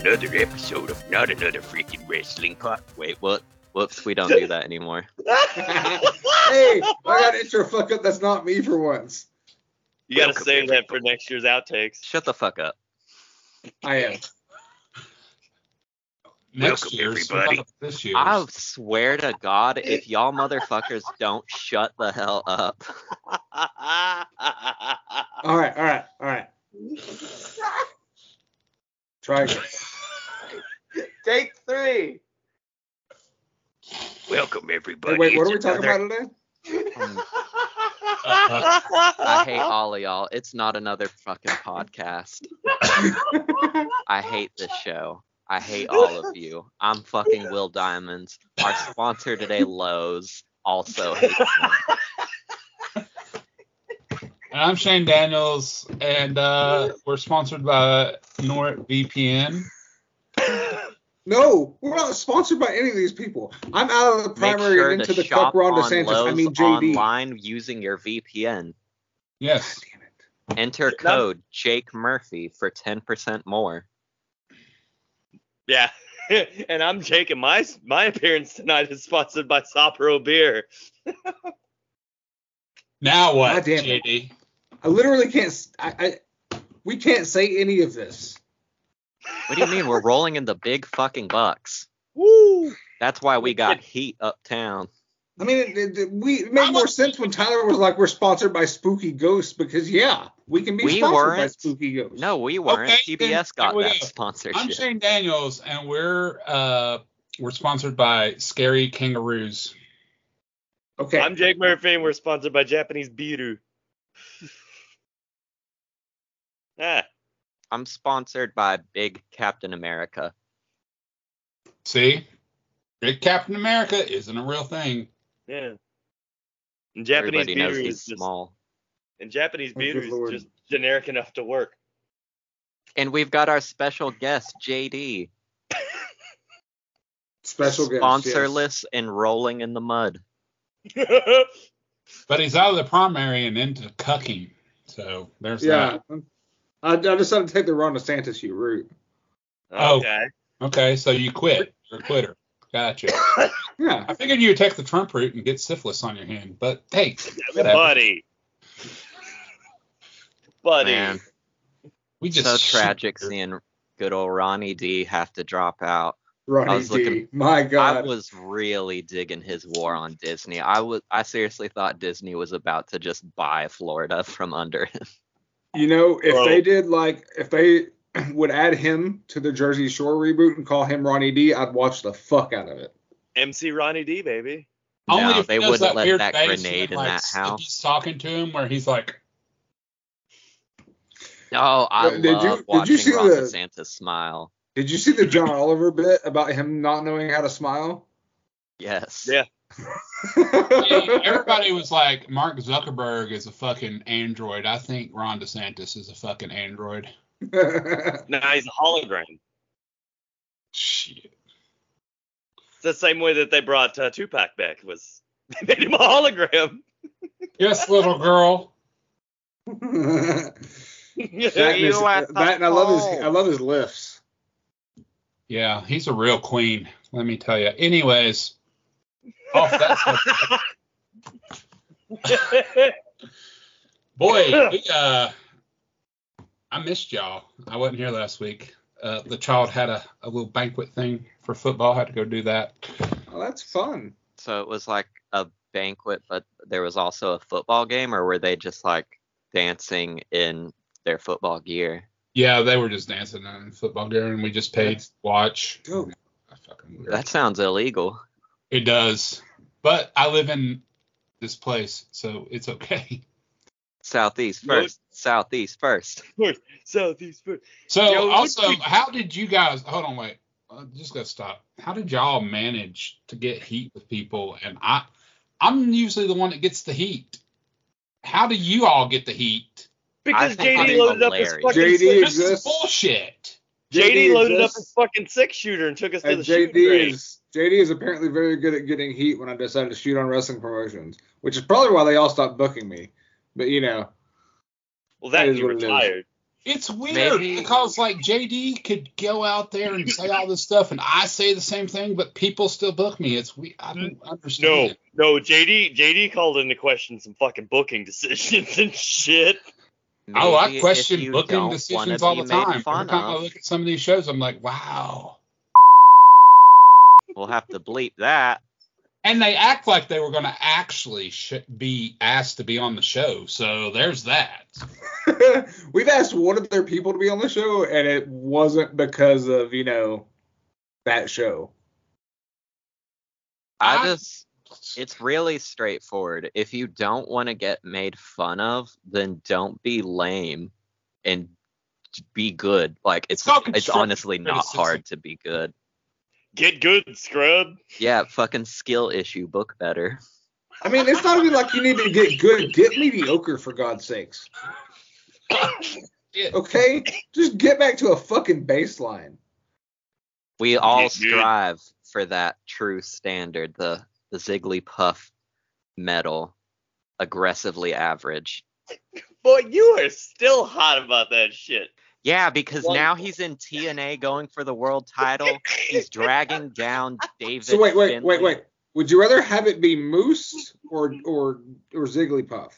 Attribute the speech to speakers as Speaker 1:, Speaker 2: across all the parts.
Speaker 1: another episode of Not Another Freaking Wrestling Pod.
Speaker 2: Wait, what? Whoops, we don't do that anymore.
Speaker 3: hey, I got intro fuck up. That's not me for once.
Speaker 4: You gotta
Speaker 1: Welcome,
Speaker 4: save that
Speaker 1: people.
Speaker 4: for next year's outtakes.
Speaker 2: Shut the fuck up.
Speaker 3: I am.
Speaker 1: Welcome,
Speaker 5: Next year's,
Speaker 1: everybody.
Speaker 5: not this year's.
Speaker 2: I swear to God, if y'all motherfuckers don't shut the hell up.
Speaker 3: All right, all right, all right. Try again.
Speaker 4: Take three.
Speaker 1: Welcome,
Speaker 3: Hey,
Speaker 1: everybody.
Speaker 3: wait, what
Speaker 1: It's
Speaker 3: are we talking
Speaker 1: another-
Speaker 3: about today?
Speaker 2: Hmm. I hate all of y'all. It's not another fucking podcast. I hate this show. I hate all of you. I'm fucking Will Diamonds. Our sponsor today, Lowe's, also hates me.
Speaker 5: And I'm Shane Daniels, and uh, we're sponsored by NordVPN.
Speaker 3: No, we're not sponsored by any of these people. I'm out of the
Speaker 2: Make
Speaker 3: primary
Speaker 2: sure
Speaker 3: and
Speaker 2: to
Speaker 3: into the fuck
Speaker 2: shop
Speaker 3: Ron
Speaker 2: on
Speaker 3: DeSantis.
Speaker 2: Lowe's
Speaker 3: I mean JD.
Speaker 2: online using your VPN.
Speaker 5: Yes.
Speaker 3: Damn it.
Speaker 2: Enter code Jake Murphy for 10% more.
Speaker 4: Yeah. and I'm Jake, and my my appearance tonight is sponsored by Sopro Beer.
Speaker 5: Now what,
Speaker 3: God damn it.
Speaker 5: JD?
Speaker 3: I literally can't. s- I, I- we can't say any of this.
Speaker 2: What do you mean? We're rolling in the big fucking bucks.
Speaker 4: Woo!
Speaker 2: That's why we got heat uptown.
Speaker 3: I mean, it, it- it- we it made more sense when Tyler was like, "We're sponsored by Spooky Ghosts," because yeah, we can be
Speaker 2: We
Speaker 3: sponsored by
Speaker 2: weren't.
Speaker 3: Spooky Ghosts.
Speaker 2: No, we weren't.
Speaker 5: Okay,
Speaker 2: TBS
Speaker 5: then here
Speaker 2: got
Speaker 5: we
Speaker 2: that
Speaker 5: go. I'm
Speaker 2: sponsorship.
Speaker 5: Shane Daniels, and we're uh, we're sponsored by Scary Kangaroos.
Speaker 3: Okay.
Speaker 4: I'm Jake Murphy, and we're sponsored by Japanese Beer. ah,
Speaker 2: I'm sponsored by Big Captain America.
Speaker 5: See, big Captain America isn't a real thing.
Speaker 4: yeah. And Japanese
Speaker 2: Everybody knows
Speaker 4: Beer
Speaker 2: he's
Speaker 4: is just
Speaker 2: small.
Speaker 4: and Japanese
Speaker 3: Oh, good
Speaker 4: Beer is
Speaker 3: lord.
Speaker 4: just generic enough to work.
Speaker 2: And we've got our special guest, JD.
Speaker 3: Special guest. yes.
Speaker 2: sponsorless and rolling in the mud. Oh,
Speaker 5: But he's out of the primary and into cucking. So there's
Speaker 3: Yeah.
Speaker 5: that.
Speaker 3: I, I decided to take the Ron DeSantis you route.
Speaker 5: Oh.
Speaker 4: Okay.
Speaker 5: Okay, so you quit. You're a quitter. Gotcha.
Speaker 3: Yeah.
Speaker 5: I figured you'd take the Trump route and get syphilis on your hand, but hey, whatever.
Speaker 4: Buddy. Buddy.
Speaker 2: Man,
Speaker 5: we just
Speaker 2: so tragic seeing good old Ronnie D have to drop out. I
Speaker 3: Ronnie E D.
Speaker 2: was looking-
Speaker 3: My
Speaker 2: I
Speaker 3: God.
Speaker 2: was really digging his war on Disney. I was I seriously thought Disney was about to just buy Florida from under him.
Speaker 3: you know, if
Speaker 4: Bro.
Speaker 3: they did like, if they would add him to the Jersey Shore reboot and call him Ronnie D, I'd watch the fuck out of it.
Speaker 4: MC Ronnie D, baby.
Speaker 5: Only
Speaker 2: No,
Speaker 5: if
Speaker 2: they
Speaker 5: he does
Speaker 2: wouldn't
Speaker 5: that
Speaker 2: let
Speaker 5: weird
Speaker 2: that
Speaker 5: face
Speaker 2: grenade in
Speaker 5: like,
Speaker 2: that house.
Speaker 5: He's talking to him where he's like,
Speaker 2: No, Oh, I
Speaker 3: Did you-
Speaker 2: love
Speaker 3: did you
Speaker 2: watching
Speaker 3: see
Speaker 2: Ron
Speaker 3: the-
Speaker 2: DeSantis smile.
Speaker 3: Did you see the John Oliver bit about him not knowing how to smile?
Speaker 2: Yes.
Speaker 4: Yeah.
Speaker 5: "Hey," everybody was like, Mark Zuckerberg is a fucking android. I think Ron DeSantis is a fucking android.
Speaker 4: Nah, he's a hologram.
Speaker 5: Shit.
Speaker 4: It's the same way that they brought uh, Tupac back was they made him a hologram.
Speaker 5: Yes, little girl.
Speaker 3: That, and his-
Speaker 2: You are
Speaker 3: that and I love his
Speaker 2: cold.
Speaker 3: I love his lifts.
Speaker 5: Yeah, he's a real queen. Let me tell you. Anyways, off that subject, boy, we, uh, I missed y'all. I wasn't here last week. Uh, the child had a, a little banquet thing for football. had to go do that.
Speaker 3: Oh, that's fun.
Speaker 2: So it was like a banquet, but there was also a football game, or were they just like dancing in their football gear?
Speaker 5: Yeah, they were just dancing in football gear, and we just paid to watch.
Speaker 3: Dope.
Speaker 5: I fucking weird.
Speaker 2: That sounds illegal.
Speaker 5: it does, but I live in this place, so it's okay.
Speaker 2: Southeast
Speaker 4: Really?
Speaker 2: first. Southeast first.
Speaker 4: Southeast food.
Speaker 5: So
Speaker 4: Yo, what
Speaker 5: also,
Speaker 4: we-
Speaker 5: how did you guys? Hold on, wait. I just gotta stop. How did y'all manage to get heat with people? And I, I'm usually the one that gets the heat. How do you all get the heat?
Speaker 4: Because
Speaker 2: think
Speaker 4: JD
Speaker 2: it's
Speaker 4: loaded up his
Speaker 2: hilarious.
Speaker 4: fucking
Speaker 3: JD
Speaker 4: six-
Speaker 5: This is
Speaker 3: exists.
Speaker 5: bullshit.
Speaker 4: JD loaded up his
Speaker 3: exists,
Speaker 4: fucking six shooter and took us to
Speaker 3: and
Speaker 4: the
Speaker 3: JD
Speaker 4: shooting range.
Speaker 3: is JD is apparently very good at getting heat when I decided to shoot on wrestling promotions, which is probably why they all stopped booking me. But you know,
Speaker 4: Well,
Speaker 3: that
Speaker 4: that
Speaker 3: is
Speaker 4: you
Speaker 3: what
Speaker 4: were
Speaker 3: it is.
Speaker 4: tired.
Speaker 5: It's weird
Speaker 2: Maybe-
Speaker 5: because like JD could go out there and say all this stuff, and I say the same thing, but people still book me. It's we. I don't
Speaker 4: No,
Speaker 5: understand.
Speaker 4: no, JD JD called into question some fucking booking decisions and shit.
Speaker 5: oh,
Speaker 2: Maybe
Speaker 5: I
Speaker 2: if
Speaker 5: question
Speaker 2: you
Speaker 5: booking
Speaker 2: don't wanna
Speaker 5: decisions all
Speaker 2: be
Speaker 5: the
Speaker 2: made
Speaker 5: time. Every
Speaker 2: fun
Speaker 5: time I
Speaker 2: of,
Speaker 5: look at some of these shows, I'm like, wow.
Speaker 2: We'll have to bleep that.
Speaker 5: And they act like they were going to actually sh- be asked to be on the show. So there's that.
Speaker 3: We've asked one of their people to be on the show, and it wasn't because of you know that show.
Speaker 2: I
Speaker 5: I-
Speaker 2: just it's really straightforward. If you don't want to get made fun of, then don't be lame and be good. Like it's
Speaker 5: It's called
Speaker 2: it's
Speaker 5: constructive
Speaker 2: honestly not
Speaker 5: criticism.
Speaker 2: hard to be good.
Speaker 4: Get good, scrub.
Speaker 2: Yeah, fucking skill issue book better.
Speaker 3: I mean, it's not even like you need to get good. Get mediocre for God's sakes.
Speaker 5: Yeah.
Speaker 3: Okay, just get back to a fucking baseline.
Speaker 2: We all
Speaker 4: good.
Speaker 2: strive for that true standard, the the Zigglypuff medal, aggressively average.
Speaker 4: Boy, you are still hot about that shit.
Speaker 2: Yeah, because
Speaker 4: One-
Speaker 2: now he's in TNA going for the world title. he's dragging down David.
Speaker 3: So wait, wait, wait,
Speaker 2: Finlay.
Speaker 3: wait. Would you rather have it be Moose or or or Zigglypuff?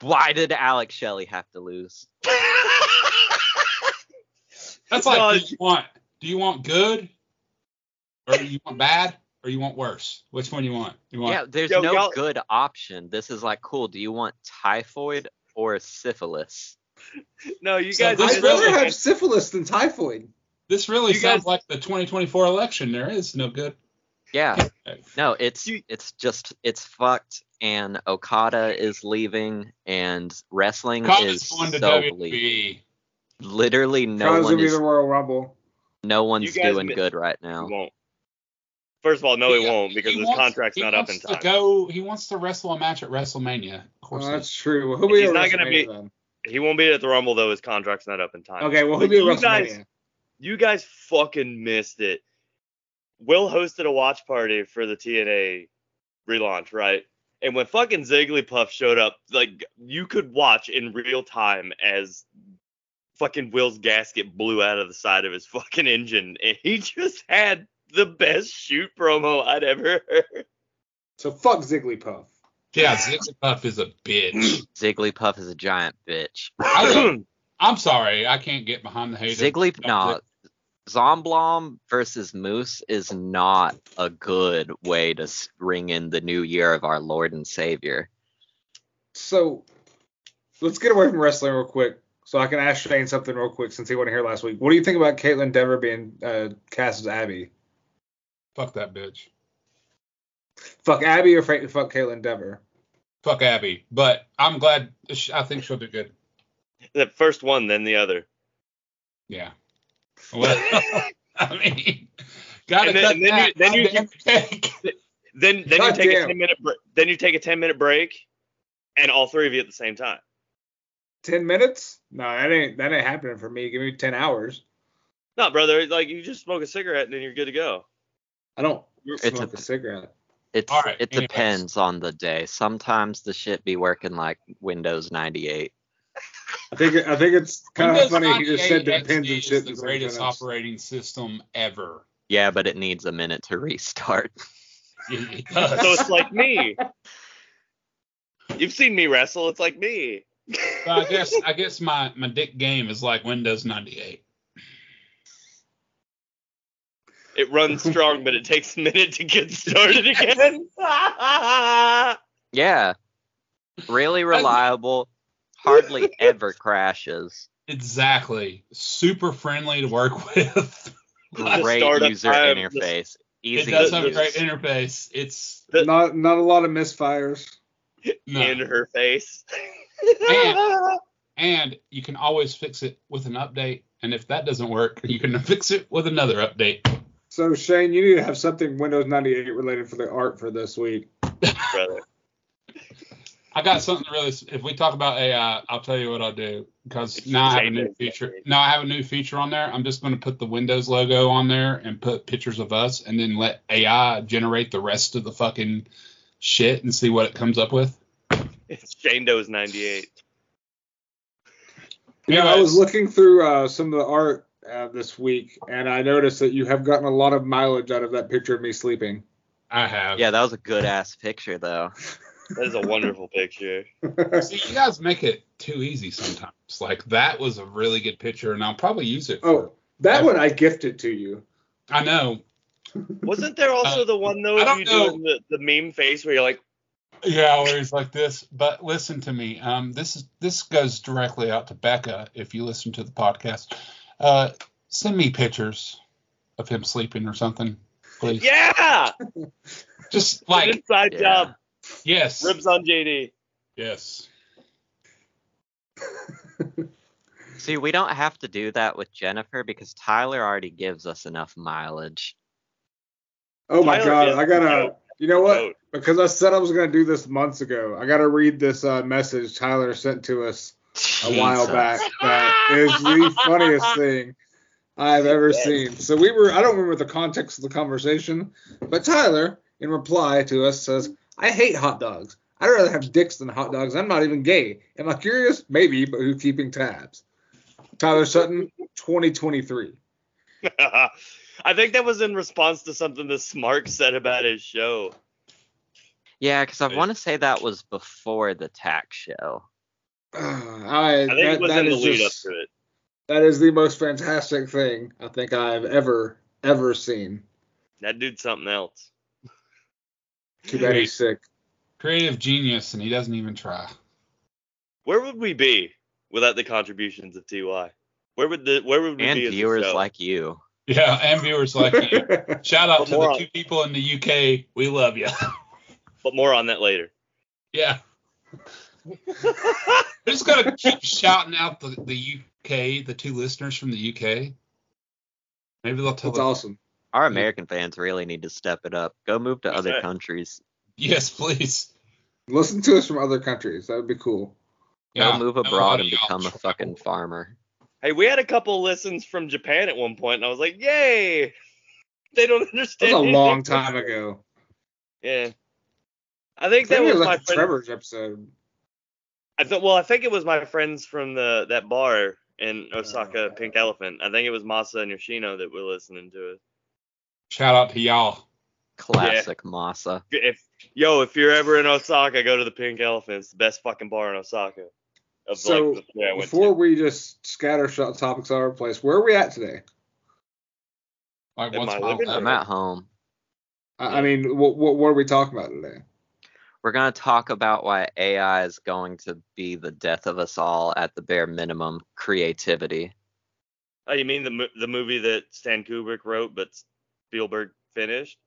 Speaker 2: Why did Alex Shelley have to lose?
Speaker 5: That's
Speaker 4: No,
Speaker 5: like, do
Speaker 4: it's-
Speaker 5: you want do you want good, or you want bad, or you want worse? Which one you want? You want
Speaker 2: Yeah, there's
Speaker 4: Yo,
Speaker 2: no
Speaker 4: y'all-
Speaker 2: good option. This is like, cool. Do you want typhoid or syphilis?
Speaker 4: no, you
Speaker 5: So
Speaker 4: guys. are
Speaker 5: this I'd
Speaker 3: I'd
Speaker 4: just-
Speaker 3: rather
Speaker 5: really-
Speaker 3: have syphilis than typhoid.
Speaker 5: this. Really
Speaker 4: You
Speaker 5: sounds
Speaker 4: guys-
Speaker 5: like the 2024 election. There is no good.
Speaker 2: Yeah.
Speaker 5: Okay.
Speaker 2: No, it's
Speaker 4: You-
Speaker 2: it's just it's fucked. And Okada is leaving, and wrestling
Speaker 5: Khan's
Speaker 2: is
Speaker 5: going to
Speaker 2: so bleak.
Speaker 5: WWE.
Speaker 2: Literally, no
Speaker 3: Probably
Speaker 2: one
Speaker 3: be
Speaker 2: is
Speaker 3: the Royal Rumble.
Speaker 2: no one's
Speaker 4: guys
Speaker 2: doing
Speaker 4: mi-
Speaker 2: good right
Speaker 4: He
Speaker 2: now.
Speaker 4: won't. First of all, no, he
Speaker 5: Yeah,
Speaker 4: won't because
Speaker 5: he
Speaker 4: his
Speaker 5: wants-
Speaker 4: contract's
Speaker 5: he
Speaker 4: not up in
Speaker 5: wants
Speaker 4: time.
Speaker 5: To go, he wants to wrestle a match at WrestleMania. Of course,
Speaker 3: Oh,
Speaker 5: he-
Speaker 3: that's true. Well, who will be
Speaker 4: He's
Speaker 3: at
Speaker 4: not gonna
Speaker 3: WrestleMania
Speaker 4: be-
Speaker 3: then?
Speaker 4: He won't be at the Rumble though. His contract's not up in time.
Speaker 3: Okay, well, who'll
Speaker 4: But
Speaker 3: be at
Speaker 4: you
Speaker 3: WrestleMania?
Speaker 4: guys, you guys fucking missed it. Will hosted a watch party for the TNA relaunch, right? And when fucking Zigglypuff showed up, like you could watch in real time as fucking Will's gasket blew out of the side of his fucking engine, and he just had the best shoot promo I'd ever heard.
Speaker 3: So fuck Zigglypuff.
Speaker 5: yeah, Zigglypuff is a bitch.
Speaker 2: Zigglypuff is a giant bitch.
Speaker 5: I, am sorry, I can't get behind the hater.
Speaker 2: Ziggly,
Speaker 5: Don't
Speaker 2: no.
Speaker 5: do-
Speaker 2: Zomblom versus Moose is not a good way to s- ring in the new year of our Lord and Savior.
Speaker 3: So let's get away from wrestling real quick, so I can ask Shane something real quick since he wasn't here last week. What do you think about Caitlyn Dever being uh, cast as Abby?
Speaker 5: Fuck that bitch.
Speaker 3: Fuck Abby or fa- fuck Caitlyn Dever?
Speaker 5: Fuck Abby. But I'm glad. sh- I think she'll do good.
Speaker 4: the first one, then the other.
Speaker 5: Yeah. Well, I mean, gotta
Speaker 4: And then- and then
Speaker 5: cut
Speaker 4: you-
Speaker 5: that
Speaker 4: then you-
Speaker 5: goddamn cake.
Speaker 4: Then then you
Speaker 3: God
Speaker 4: take a
Speaker 3: damn.
Speaker 4: ten minute break. Then you take a ten minute break, and all three of you at the same time.
Speaker 3: Ten minutes? No, that ain't that ain't happening for me. Give me ten hours.
Speaker 4: No, brother, like you just smoke a cigarette and then you're good to go.
Speaker 3: I don't
Speaker 4: It's
Speaker 2: a-
Speaker 3: smoke a, cigarette.
Speaker 2: It's,
Speaker 5: All right,
Speaker 2: it
Speaker 5: anyways.
Speaker 2: depends on the day. Sometimes the shit be working like Windows 98.
Speaker 3: I think I think it's kind of
Speaker 5: Windows
Speaker 3: funny. He just said
Speaker 5: 98
Speaker 3: depends and
Speaker 5: XP is
Speaker 3: shit.
Speaker 5: The
Speaker 3: in
Speaker 5: greatest
Speaker 3: sentence.
Speaker 5: operating system ever.
Speaker 2: Yeah, but it needs a minute to restart.
Speaker 5: It it
Speaker 4: So
Speaker 5: does.
Speaker 4: it's like me. You've seen me wrestle. It's like me.
Speaker 5: But I guess I guess my my dick game is like Windows 98.
Speaker 4: It runs strong, but it takes a minute to get started again.
Speaker 2: Yeah. Really reliable, hardly ever crashes.
Speaker 5: Exactly. Super friendly to work with.
Speaker 2: Great
Speaker 4: startup
Speaker 2: user
Speaker 4: time, the-
Speaker 2: interface.
Speaker 5: it
Speaker 2: Easy
Speaker 5: does
Speaker 2: to
Speaker 5: have a
Speaker 2: use.
Speaker 5: great interface. It's
Speaker 4: The-
Speaker 3: Not not a lot of misfires.
Speaker 5: no.
Speaker 4: In her face.
Speaker 5: and you can always fix it with an update. And if that doesn't work, you can fix it with another update.
Speaker 3: So Shane, you need to have something Windows 98 related for the art for this week.
Speaker 4: brother.
Speaker 5: I got something really. s- If we talk about AI, I'll tell you what I'll do because now I have a new feature. Now I have a new feature on there. I'm just going to put the Windows logo on there and put pictures of us, and then let AI generate the rest of the fucking shit and see what it comes up with.
Speaker 4: It's Shane Doe's 98.
Speaker 3: You know, I was looking through uh, some of the art uh, this week, and I noticed that you have gotten a lot of mileage out of that picture of me sleeping.
Speaker 5: I have.
Speaker 2: Yeah, that was a good ass picture though.
Speaker 4: That is a wonderful picture.
Speaker 5: See, you guys make it too easy sometimes. Like that was a really good picture, and I'll probably use it. For,
Speaker 3: oh, that one I gifted to you.
Speaker 5: I know.
Speaker 4: Wasn't there also
Speaker 5: Uh,
Speaker 4: the one though
Speaker 5: I
Speaker 4: of
Speaker 5: don't
Speaker 4: you
Speaker 5: know.
Speaker 4: doing the, the meme face where you're like,
Speaker 5: Yeah, where he's like this. But listen to me. Um, this is this goes directly out to Becca. If you listen to the podcast, uh, send me pictures of him sleeping or something, please.
Speaker 4: yeah,
Speaker 5: Just
Speaker 4: like,
Speaker 5: like
Speaker 4: inside
Speaker 2: Yeah.
Speaker 4: job,
Speaker 5: yes,
Speaker 4: ribs on JD.
Speaker 5: yes.
Speaker 2: See, we don't have to do that with Jennifer because Tyler already gives us enough mileage.
Speaker 3: Oh my
Speaker 4: Tyler
Speaker 3: god,
Speaker 4: is
Speaker 3: I gotta.
Speaker 4: dope.
Speaker 3: You know what?
Speaker 4: Dope.
Speaker 3: Because I said I was gonna do this months ago. I gotta read this uh, message Tyler sent to us a while
Speaker 2: Jesus.
Speaker 3: back. That is the funniest thing I've ever
Speaker 4: Yes.
Speaker 3: seen. So we were. I don't remember the context of the conversation, but Tyler, in reply to us, says, "I hate hot dogs. I'd rather have dicks than hot dogs. I'm not even gay. Am I curious? Maybe, but who's keeping tabs?" Tyler Sutton, 2023.
Speaker 4: I think that was in response to something that Smark said about his show.
Speaker 2: Yeah, because I
Speaker 5: Right.
Speaker 2: want to say that was before the tax show.
Speaker 3: I,
Speaker 4: I think
Speaker 3: that,
Speaker 4: it was
Speaker 3: that
Speaker 4: in the
Speaker 3: is
Speaker 4: lead
Speaker 3: just-
Speaker 4: up to it.
Speaker 3: That is the most fantastic thing I think I've ever ever seen.
Speaker 4: That dude's something else.
Speaker 3: Too bad he's sick.
Speaker 5: Creative genius, and he doesn't even try.
Speaker 4: Where would we be without the contributions of Ty? Where would the where would we
Speaker 2: And
Speaker 4: be as a
Speaker 2: viewers
Speaker 4: show?
Speaker 2: like you.
Speaker 5: Yeah, and viewers like you. Shout out to the
Speaker 4: Moron.
Speaker 5: two people in the UK. We love you.
Speaker 4: But more on that later.
Speaker 5: Yeah. We're just gonna keep shouting out the, the UK, the two listeners from the UK. Maybe they'll tell
Speaker 3: That's
Speaker 5: us.
Speaker 3: awesome.
Speaker 2: Our American fans really need to step it up. Go move to other
Speaker 4: Okay.
Speaker 2: countries.
Speaker 5: Yes, please.
Speaker 3: Listen to us from other countries. That would be cool.
Speaker 2: Go move abroad and become a fucking farmer.
Speaker 4: Hey, we had a couple listens from Japan at one point, and I was like, "Yay!" They don't
Speaker 3: That
Speaker 4: understand.
Speaker 3: was a
Speaker 4: anything.
Speaker 3: long time ago.
Speaker 4: Yeah. I
Speaker 3: I
Speaker 4: think that
Speaker 3: think it
Speaker 4: was
Speaker 3: was
Speaker 4: my
Speaker 3: like
Speaker 4: friend.
Speaker 3: Trevor's episode.
Speaker 4: I thought. Well, I think it was my friends from the that bar in Osaka, Pink Elephant. I think it was Masa and Yoshino that were listening to us.
Speaker 5: Shout out to y'all.
Speaker 2: Classic Masa.
Speaker 4: If yo, if you're ever in Osaka, go to the Pink Elephant. It's the best fucking bar in Osaka. Of
Speaker 3: So,
Speaker 4: like the three I went to.
Speaker 3: Before we just scatter shot topics all over the place, where are we at today?
Speaker 5: Like
Speaker 4: Am
Speaker 5: once
Speaker 4: I
Speaker 5: in a while.
Speaker 4: living
Speaker 2: I'm at home.
Speaker 3: I, I mean, what, what, what are we talking about today?
Speaker 2: We're going to talk about why AI is going to be the death of us all at the bare minimum creativity.
Speaker 4: Oh, you mean the mo- the movie that Stan Kubrick wrote but Spielberg finished?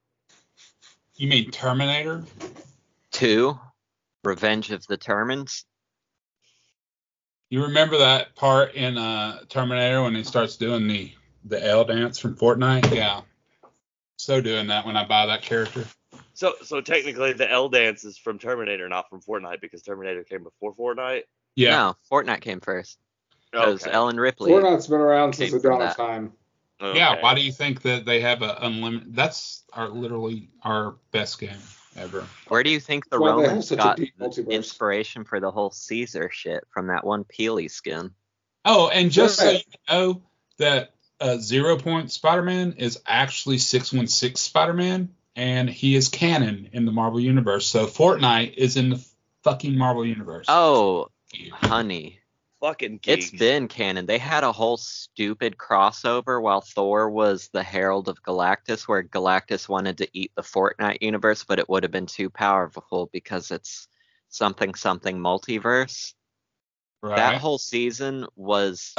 Speaker 5: You mean Terminator?
Speaker 2: Two, Revenge of the Termins.
Speaker 5: You remember that part in uh, Terminator when he starts doing the the L dance from Fortnite? Yeah. So doing that when I buy that character.
Speaker 4: So so technically the L dance is from Terminator, not from Fortnite, because Terminator came before Fortnite.
Speaker 5: Yeah.
Speaker 2: No, Fortnite came first. Because
Speaker 4: Okay.
Speaker 2: Ellen Ripley.
Speaker 3: Fortnite's been around since the
Speaker 2: Came from
Speaker 3: dawn of
Speaker 2: that.
Speaker 3: time.
Speaker 5: Yeah.
Speaker 4: Okay.
Speaker 5: Why do you think that they have a unlimited? That's our literally our best game ever.
Speaker 2: Where do you think the
Speaker 3: Why they have
Speaker 2: Romans
Speaker 3: such a
Speaker 2: got
Speaker 3: deep
Speaker 2: the
Speaker 3: multiverse.
Speaker 2: inspiration for the whole Caesar shit from that one Peely skin?
Speaker 5: Oh, and just so
Speaker 3: Right.
Speaker 5: you know that uh, Zero Point Spider Man is actually 616 Spider Man, and he is canon in the Marvel Universe. So Fortnite is in the fucking Marvel Universe.
Speaker 2: Oh, honey.
Speaker 4: Fucking geeks.
Speaker 2: It's been canon. They had a whole stupid crossover while Thor was the Herald of Galactus, where Galactus wanted to eat the Fortnite universe, but it would have been too powerful because it's something something multiverse.
Speaker 5: right.
Speaker 2: That whole season was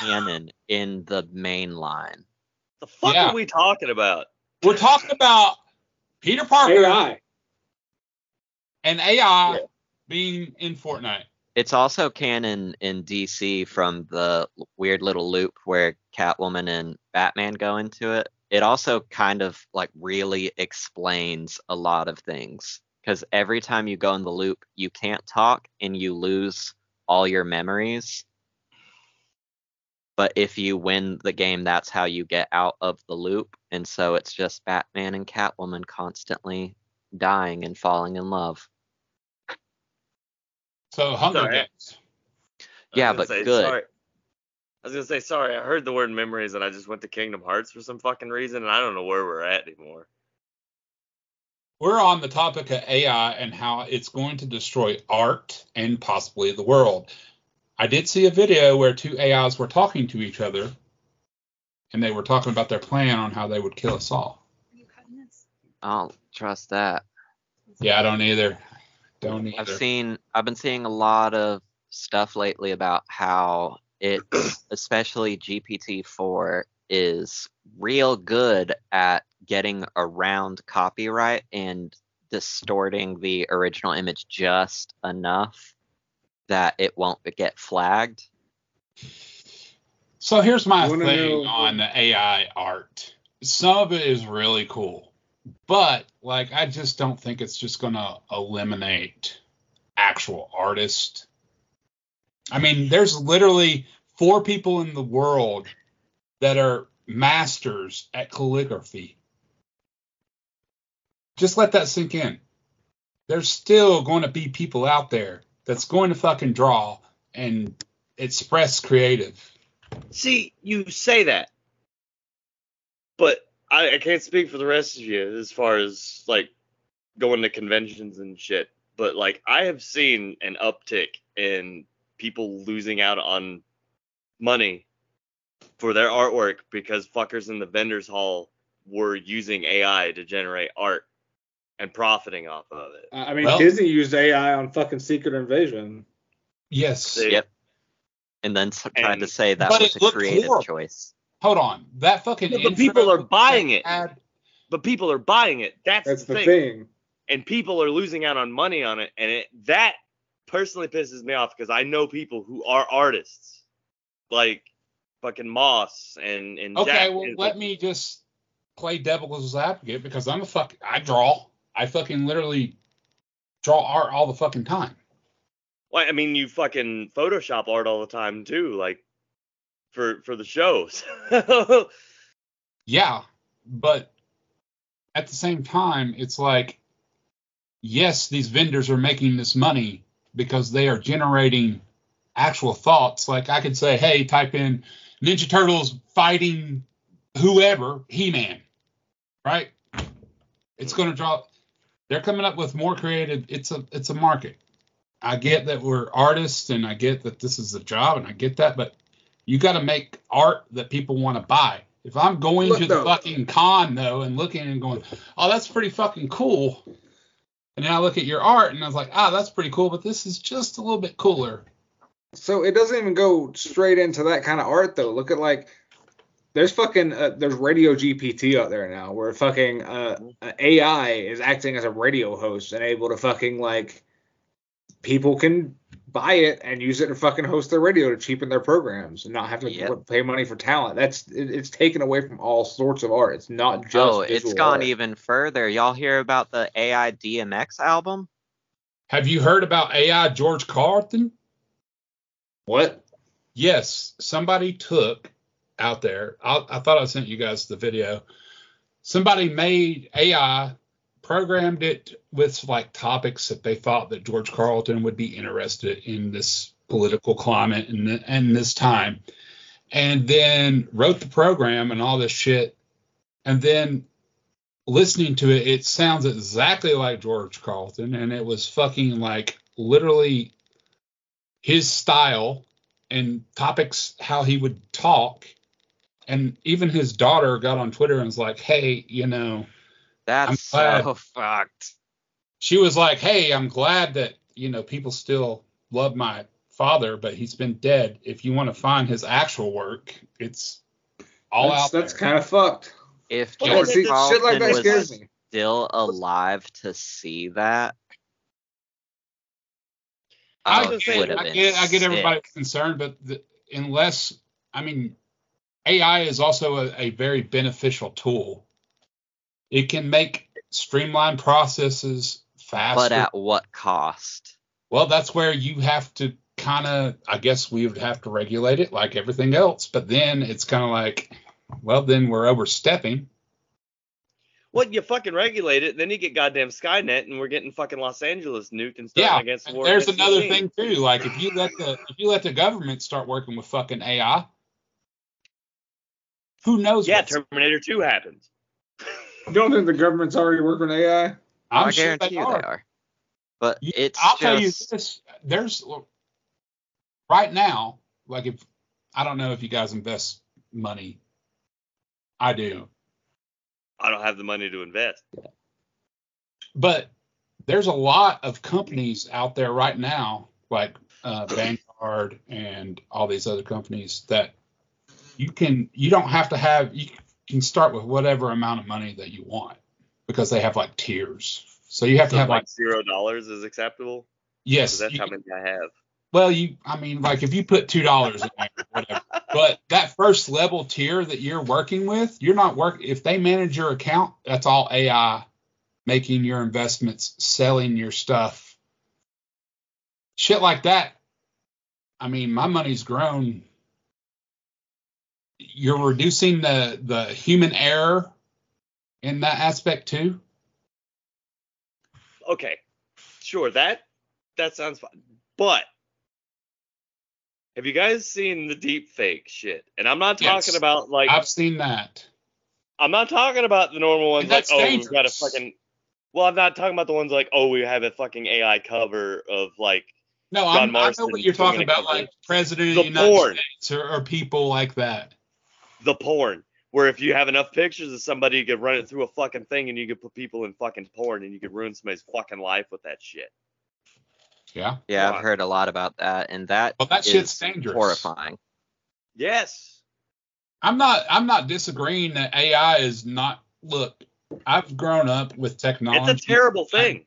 Speaker 2: canon in the main line.
Speaker 4: the fuck
Speaker 5: Yeah.
Speaker 4: are we talking about?
Speaker 5: We're talking about Peter
Speaker 4: Ah.
Speaker 5: Parker
Speaker 3: AI.
Speaker 5: and AI
Speaker 4: Yeah.
Speaker 5: being in Fortnite.
Speaker 2: It's also canon in DC from the l- weird little loop where Catwoman and Batman go into it. It also kind of like really explains a lot of things because every time you go in the loop, you can't talk and you lose all your memories. But if you win the game, that's how you get out of the loop. And so it's just Batman and Catwoman constantly dying and falling in love.
Speaker 5: So Hunger
Speaker 4: Sorry.
Speaker 5: Games.
Speaker 4: I
Speaker 2: Yeah,
Speaker 4: was
Speaker 2: but
Speaker 4: gonna say,
Speaker 2: good.
Speaker 4: Sorry, I was gonna say sorry. I heard the word memories and I just went to Kingdom Hearts for some fucking reason, and I don't know where we're at anymore.
Speaker 5: We're on the topic of AI and how it's going to destroy art and possibly the world. I did see a video where two AIs were talking to each other and they were talking about their plan on how they would kill us all.
Speaker 6: Are you cutting this?
Speaker 2: I don't trust that.
Speaker 5: Yeah, I don't either. Don't either.
Speaker 2: I've seen I've been seeing a lot of stuff lately about how it especially GPT-4 is real good at getting around copyright and distorting the original image just enough that it won't get flagged.
Speaker 5: So here's my
Speaker 3: Wanna
Speaker 5: thing
Speaker 3: know-
Speaker 5: on the AI art. Some of it is really cool, but like I just don't think it's just gonna eliminate actual artists. I mean, there's literally four people in the world that are masters at calligraphy. Just let that sink in. There's still going to be people out there that's going to fucking draw and express creative.
Speaker 4: See, you say that, but I, I can't speak for the rest of you as far as like going to conventions and shit. But like, I have seen an uptick in people losing out on money for their artwork because fuckers in the vendors hall were using AI to generate art and profiting off of it.
Speaker 3: I I mean,
Speaker 5: Well-
Speaker 3: Disney used AI on fucking Secret Invasion.
Speaker 5: Yes.
Speaker 4: They-
Speaker 2: Yep. And then s- tried to
Speaker 4: And-
Speaker 2: say that
Speaker 5: but
Speaker 2: was
Speaker 5: it
Speaker 2: a
Speaker 5: looked
Speaker 2: creative
Speaker 5: horrible.
Speaker 2: choice.
Speaker 5: Hold on. That fucking.
Speaker 4: Yeah, but
Speaker 5: intro
Speaker 4: people are buying it.
Speaker 5: ad-
Speaker 4: But people are buying it. That's,
Speaker 3: That's
Speaker 4: the
Speaker 3: the
Speaker 4: thing.
Speaker 3: thing.
Speaker 4: and people are losing out on money on it and it that personally pisses me off because i know people who are artists like fucking moss and and
Speaker 5: Okay.
Speaker 4: Jack
Speaker 5: Well,
Speaker 4: is-
Speaker 5: let me just play devil's advocate because I'm a fuck. I draw. I fucking literally draw art all the fucking time.
Speaker 4: Well, i mean you fucking photoshop art all the time too like for for the shows
Speaker 5: Yeah, but at the same time, it's like, yes, these vendors are making this money because they are generating actual thoughts. Like I could say, hey, type in Ninja Turtles fighting whoever, He Man, right? It's going to draw. They're coming up with more creative. It's a it's a market. I get that we're artists and I get that this is a job and I get that, but you got to make art that people want to buy. If I'm going
Speaker 3: Look,
Speaker 5: to the
Speaker 3: though.
Speaker 5: fucking con though and looking and going, oh, that's pretty fucking cool. And then I look at your art and I was like, ah, that's pretty cool, but this is just a little bit cooler.
Speaker 3: So it doesn't even go straight into that kind of art though. Look at like there's fucking uh, there's radio GPT out there now where fucking uh,
Speaker 2: Mm-hmm.
Speaker 3: uh, AI is acting as a radio host and able to fucking like people can buy it and use it to fucking host their radio to cheapen their programs and not have to
Speaker 2: Yep.
Speaker 3: pay money for talent. That's it, it's taken away from all sorts of art. It's not just
Speaker 2: oh, it's
Speaker 3: visual
Speaker 2: gone
Speaker 3: art.
Speaker 2: even further. Y'all hear about the AI DMX album?
Speaker 5: Have you heard about AI George Carlin?
Speaker 3: what?
Speaker 5: Yes, somebody took out there. I, I thought I sent you guys the video. Somebody made AI, programmed it with like topics that they thought that George Carlton would be interested in this political climate and th- and this time, and then wrote the program and all this shit, and then listening to it, it sounds exactly like George Carlton, and it was fucking like literally his style and topics how he would talk. And even his daughter got on Twitter and was like, hey, you know,
Speaker 2: That's
Speaker 5: glad.
Speaker 2: so fucked.
Speaker 5: she was like, hey, I'm glad that, you know, people still love my father, but he's been dead. If you want to find his actual work, it's all
Speaker 3: that's
Speaker 5: out
Speaker 3: that's
Speaker 5: there.
Speaker 3: kind of fucked.
Speaker 2: If
Speaker 4: Well,
Speaker 2: George
Speaker 4: it's- it's
Speaker 2: Carlin
Speaker 3: shit like that
Speaker 2: was
Speaker 3: scares me.
Speaker 2: still alive to see that,
Speaker 5: I,
Speaker 2: oh, it
Speaker 5: get,
Speaker 2: would've
Speaker 5: I
Speaker 2: been
Speaker 5: get, I
Speaker 2: sick.
Speaker 5: get everybody's concern, but the, unless, I mean, AI is also a, a very beneficial tool. It can make streamline processes faster.
Speaker 2: But at what cost?
Speaker 5: Well, that's where you have to kind of, I guess we would have to regulate it like everything else. But then it's kind of like, well, then we're overstepping.
Speaker 4: well you fucking regulate it then you get goddamn skynet and we're getting fucking los angeles nuked and starting
Speaker 5: Yeah,
Speaker 4: against the
Speaker 5: And
Speaker 4: war
Speaker 5: there's
Speaker 4: against
Speaker 5: another
Speaker 4: machine.
Speaker 5: thing too. Like if you let the if you let the government start working with fucking AI, Who knows?
Speaker 4: Yeah,
Speaker 5: what's-
Speaker 4: Terminator 2 happens.
Speaker 3: Don't think the government's already working on AI?
Speaker 5: I'm
Speaker 2: I
Speaker 5: sure
Speaker 2: guarantee
Speaker 5: they
Speaker 2: you
Speaker 5: are.
Speaker 2: they are. But
Speaker 5: You-
Speaker 2: it's
Speaker 5: I'll
Speaker 2: just
Speaker 5: tell you this: there's right now, like if I don't know if you guys invest money, I do,
Speaker 4: I don't have the money to invest.
Speaker 5: but there's a lot of companies out there right now, like uh, Vanguard and all these other companies that you can you don't have to have you can start with whatever amount of money that you want because they have like tiers. So you have
Speaker 4: So
Speaker 5: to have like
Speaker 4: like zero dollars is acceptable. 'Cause
Speaker 5: yes,
Speaker 4: that's
Speaker 5: you
Speaker 4: how
Speaker 5: can-
Speaker 4: many I have.
Speaker 5: Well, you, I mean, like if you put two dollars in there, whatever. But that first level tier that you're working with, you're not work. If they manage your account, that's all AI making your investments, selling your stuff, shit like that. I mean, my money's grown. You're reducing the the human error in that aspect too.
Speaker 4: Okay, sure that that sounds fine. But have you guys seen the deep fake shit? And I'm not talking
Speaker 5: Yes.
Speaker 4: about like
Speaker 5: I've seen that.
Speaker 4: I'm not talking about the normal ones
Speaker 5: And
Speaker 4: like,
Speaker 5: that's
Speaker 4: oh, we've got a
Speaker 5: dangerous.
Speaker 4: fucking. Well, I'm not talking about the ones like, oh, we have a fucking AI cover of like.
Speaker 5: No,
Speaker 4: John
Speaker 5: I'm, I know
Speaker 4: Marston
Speaker 5: what you're talking
Speaker 4: doing it
Speaker 5: about,
Speaker 4: completely.
Speaker 5: like president of
Speaker 4: The
Speaker 5: the United
Speaker 4: porn.
Speaker 5: States or, or people like that.
Speaker 4: the porn where if you have enough pictures of somebody you could run it through a fucking thing and you could put people in fucking porn and you could ruin somebody's fucking life with that shit
Speaker 5: Yeah.
Speaker 2: yeah,
Speaker 4: God.
Speaker 2: I've heard a lot about that, and that
Speaker 5: Well, that
Speaker 2: is
Speaker 5: shit's dangerous.
Speaker 2: horrifying.
Speaker 4: yes
Speaker 5: I'm not. I'm not disagreeing that AI is not. Look, I've grown up with technology.
Speaker 4: it's a terrible thing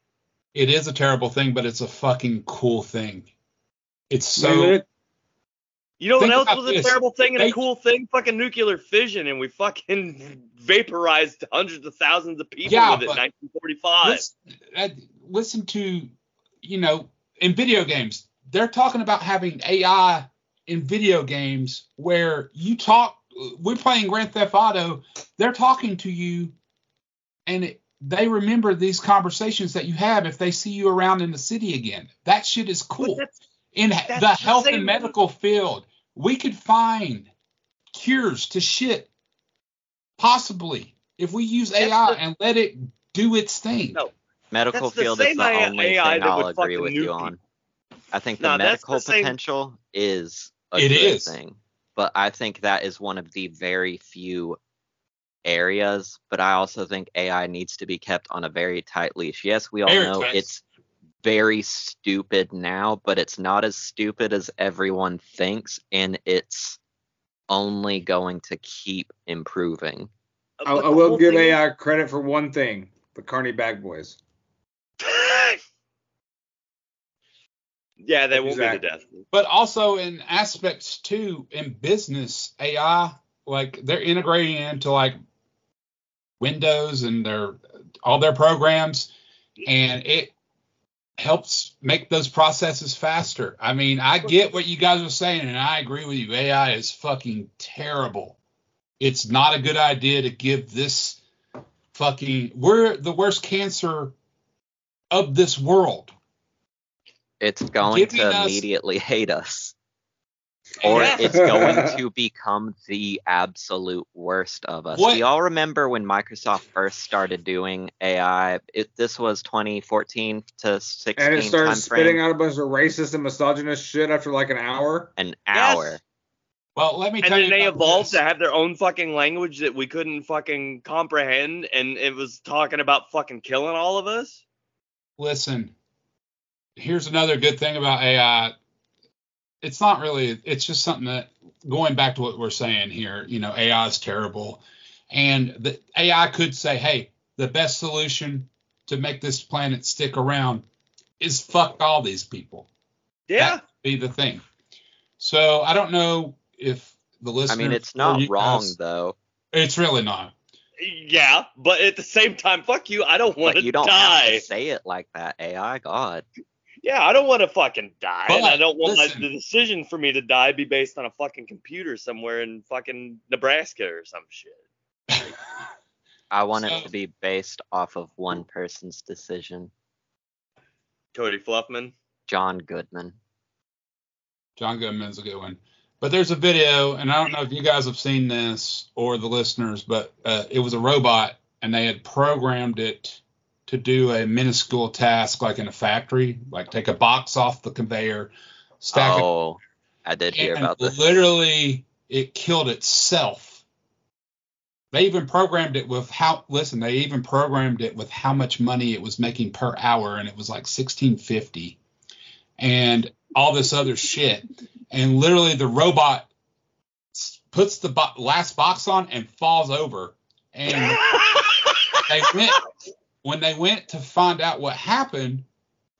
Speaker 5: It is a terrible thing, but it's a fucking cool thing. It's
Speaker 3: Maybe
Speaker 5: so.
Speaker 3: it-
Speaker 4: you know
Speaker 5: Think
Speaker 4: what else
Speaker 5: about
Speaker 4: was a
Speaker 5: this.
Speaker 4: terrible thing and a
Speaker 5: They-
Speaker 4: cool thing fucking nuclear fission and we fucking vaporized hundreds of thousands of people
Speaker 5: Yeah,
Speaker 4: with it in
Speaker 5: but-
Speaker 4: 1945
Speaker 5: Listen, uh, listen to, you know, in video games, they're talking about having AI in video games where you talk. We're playing Grand Theft Auto. They're talking to you, and it, they remember these conversations that you have if they see you around in the city again. That shit is cool.
Speaker 4: that's-
Speaker 5: In
Speaker 4: that's
Speaker 5: the
Speaker 4: the
Speaker 5: health
Speaker 4: same-
Speaker 5: and medical field, we could find cures to shit, possibly, if we use
Speaker 4: That's
Speaker 5: AI
Speaker 4: the-
Speaker 5: and let it do its thing.
Speaker 4: No.
Speaker 2: Medical
Speaker 4: That's the
Speaker 2: field is
Speaker 4: same
Speaker 2: the
Speaker 4: AI
Speaker 2: only
Speaker 4: that
Speaker 2: thing I'll
Speaker 4: would
Speaker 2: agree
Speaker 4: fucking
Speaker 2: with
Speaker 4: nuke
Speaker 2: you on. I think the
Speaker 4: No, that's the
Speaker 2: medical
Speaker 4: same-
Speaker 2: potential is a
Speaker 5: It
Speaker 2: good
Speaker 5: is.
Speaker 2: thing, but I think that is one of the very few areas. But I also think AI needs to be kept on a very tight leash. Yes, we all
Speaker 5: Very
Speaker 2: know
Speaker 5: tight.
Speaker 2: it's very stupid now, but it's not as stupid as everyone thinks, and it's only going to keep improving.
Speaker 3: I,
Speaker 4: But
Speaker 3: I
Speaker 4: the
Speaker 3: will
Speaker 4: whole
Speaker 3: give
Speaker 4: thing is-
Speaker 3: AI credit for one thing the Carney Bag Boys.
Speaker 4: yeah they won't
Speaker 3: Exactly.
Speaker 4: be the death
Speaker 5: But also in aspects too, in business, AI, like they're integrating into like Windows and their all their programs, and it helps make those processes faster. I mean, I get what you guys are saying, and I agree with you. AI is fucking terrible. It's not a good idea to give this fucking we're the worst cancer of this world.
Speaker 2: It's going
Speaker 5: Giving
Speaker 2: to
Speaker 5: us-
Speaker 2: immediately hate us. or
Speaker 4: Yeah.
Speaker 2: it's going to become the absolute worst of us.
Speaker 5: What-
Speaker 2: Do y'all remember when Microsoft first started doing AI? It, this was 2014 to 16
Speaker 3: And it started
Speaker 2: time
Speaker 3: spitting
Speaker 2: frame,
Speaker 3: out a bunch of racist and misogynist shit after like an hour.
Speaker 2: an
Speaker 4: Yes.
Speaker 2: hour.
Speaker 5: Well, let me
Speaker 4: and
Speaker 5: tell
Speaker 4: then
Speaker 5: you.
Speaker 4: they
Speaker 5: about
Speaker 4: evolved
Speaker 5: this.
Speaker 4: to have their own fucking language that we couldn't fucking comprehend, and it was talking about fucking killing all of us.
Speaker 5: Listen, here's another good thing about AI. It's not really. It's just something that going back to what we're saying here. You know, AI is terrible, and the AI could say, "Hey, the best solution to make this planet stick around is fuck all these people."
Speaker 4: Yeah,
Speaker 5: That would be the thing. So I don't know if the
Speaker 2: I
Speaker 5: listeners.
Speaker 2: mean, it's
Speaker 5: or
Speaker 2: not
Speaker 5: you
Speaker 2: wrong
Speaker 5: guys-
Speaker 2: though.
Speaker 5: it's really not.
Speaker 4: yeah, but at the same time, fuck you. I don't want
Speaker 2: But
Speaker 4: to
Speaker 2: you don't have
Speaker 4: die.
Speaker 2: to say it like that, AI God.
Speaker 4: Yeah, I don't want to fucking die, and
Speaker 5: But,
Speaker 4: I don't want my,
Speaker 5: listen.
Speaker 4: the decision for me to die be based on a fucking computer somewhere in fucking Nebraska or some shit.
Speaker 2: I want it
Speaker 5: So-
Speaker 2: to be based off of one person's decision.
Speaker 4: Cody Fluffman.
Speaker 2: John Goodman.
Speaker 5: John Goodman's a good one. But there's a video, and I don't know if you guys have seen this or the listeners, but uh, it was a robot, and they had programmed it to do a minuscule task, like in a factory, like take a box off the conveyor, stack it,
Speaker 2: Oh, I did hear
Speaker 5: and
Speaker 2: about this.
Speaker 5: literally it killed itself. They even programmed it with how listen, they even programmed it with how much money it was making per hour and it was like 1650 and all this other shit. And literally the robot s- puts the bo- last box on and falls over and they went when they went to find out what happened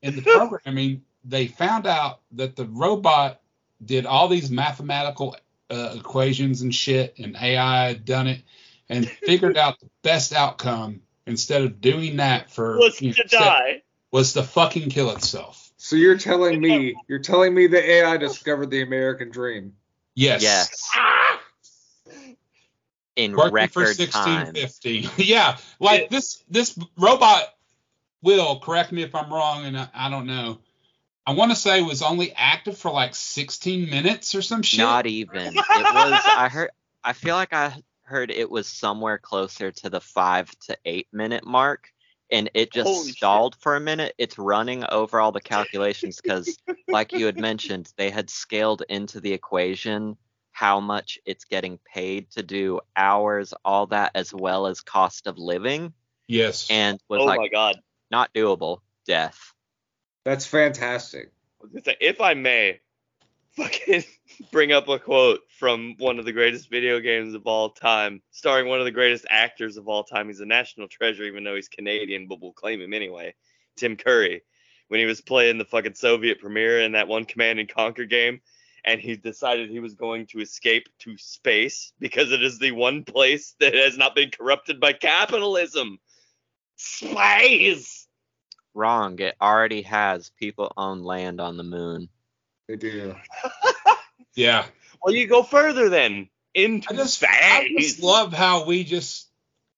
Speaker 5: in the programming they found out that the robot did all these mathematical uh, equations and shit and ai had done it and figured out the best outcome instead of doing that for
Speaker 4: was
Speaker 5: you know,
Speaker 4: to
Speaker 5: step-
Speaker 4: die.
Speaker 5: was to fucking kill itself
Speaker 3: So you're telling me you're telling me that AI discovered the American dream.
Speaker 5: yes
Speaker 2: Yes, in
Speaker 5: working for
Speaker 2: record time.
Speaker 5: 1650 yeah like
Speaker 4: Yeah.
Speaker 5: this this robot will correct me if i'm wrong and i, I don't know i want to say was only active for like 16 minutes or some shit
Speaker 2: Not even. It was. I heard. I feel like I heard it was somewhere closer to the five to eight minute mark, and it just
Speaker 4: Holy shit.
Speaker 2: stalled for a minute. It's running over all the calculations because, like you had mentioned, they had scaled into the equation how much it's getting paid to do hours, all that, as well as cost of living,
Speaker 5: yes
Speaker 2: and was
Speaker 4: Oh
Speaker 2: like
Speaker 4: my god.
Speaker 2: not doable. Death.
Speaker 3: That's fantastic.
Speaker 4: I was gonna say, If I may, fucking bring up a quote from one of the greatest video games of all time, starring one of the greatest actors of all time. He's a national treasure, even though he's Canadian, but we'll claim him anyway. Tim Curry, when he was playing the fucking Soviet premiere in that one Command and Conquer game, and he decided he was going to escape to space because it is the one place that has not been corrupted by capitalism. Space.
Speaker 2: Wrong. It already has people own land on the moon.
Speaker 3: They do.
Speaker 5: yeah
Speaker 4: Well, you go further then into
Speaker 5: I just, I
Speaker 4: space.
Speaker 5: just love how we just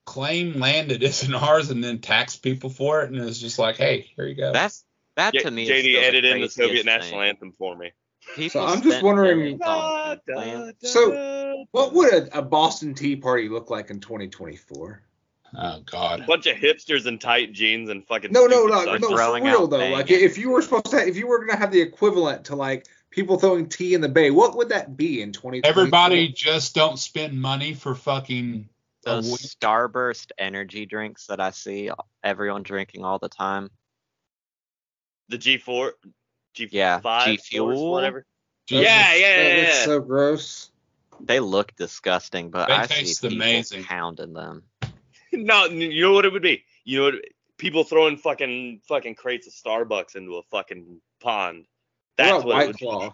Speaker 5: claim land that isn't ours and then tax people for it, and it's just like, hey, here you go.
Speaker 2: That's that
Speaker 4: J-
Speaker 2: to me. is
Speaker 4: JD
Speaker 2: still
Speaker 4: edit
Speaker 2: the
Speaker 4: in the Soviet
Speaker 2: craziest
Speaker 4: national
Speaker 2: thing.
Speaker 4: anthem for me.
Speaker 2: People
Speaker 3: So I'm just
Speaker 2: spent
Speaker 3: wondering-
Speaker 2: millions on land.
Speaker 3: So, What would a, a Boston Tea Party look like in 2024?
Speaker 5: oh God.
Speaker 4: bunch of hipsters in tight jeans and fucking
Speaker 3: No, no,
Speaker 4: stupid
Speaker 3: no,
Speaker 4: sunglasses.
Speaker 3: no. For
Speaker 2: throwing
Speaker 3: real
Speaker 2: out
Speaker 3: though,
Speaker 2: bang
Speaker 3: like
Speaker 2: and-
Speaker 3: if you were supposed to, if you were gonna have the equivalent to like people throwing tea in the bay, what would that be in 20?
Speaker 5: Everybody just don't spend money for fucking. a
Speaker 2: Those
Speaker 5: week.
Speaker 2: Starburst energy drinks that I see everyone drinking all the time.
Speaker 4: The G4, G5,
Speaker 2: Yeah,
Speaker 4: G
Speaker 2: G Fuel.
Speaker 4: whatever.
Speaker 5: Jesus.
Speaker 4: Yeah, yeah,
Speaker 3: That
Speaker 4: yeah.
Speaker 3: looks
Speaker 4: yeah.
Speaker 3: so gross.
Speaker 2: They look disgusting, but
Speaker 5: They
Speaker 2: I
Speaker 5: taste
Speaker 2: see people
Speaker 5: amazing.
Speaker 2: pounding them.
Speaker 4: no, n- you know what it would be. You know what? it- People throwing fucking fucking crates of Starbucks into a fucking pond.
Speaker 3: What
Speaker 4: That's
Speaker 3: about
Speaker 4: what it
Speaker 3: White
Speaker 4: would be.
Speaker 3: Claw?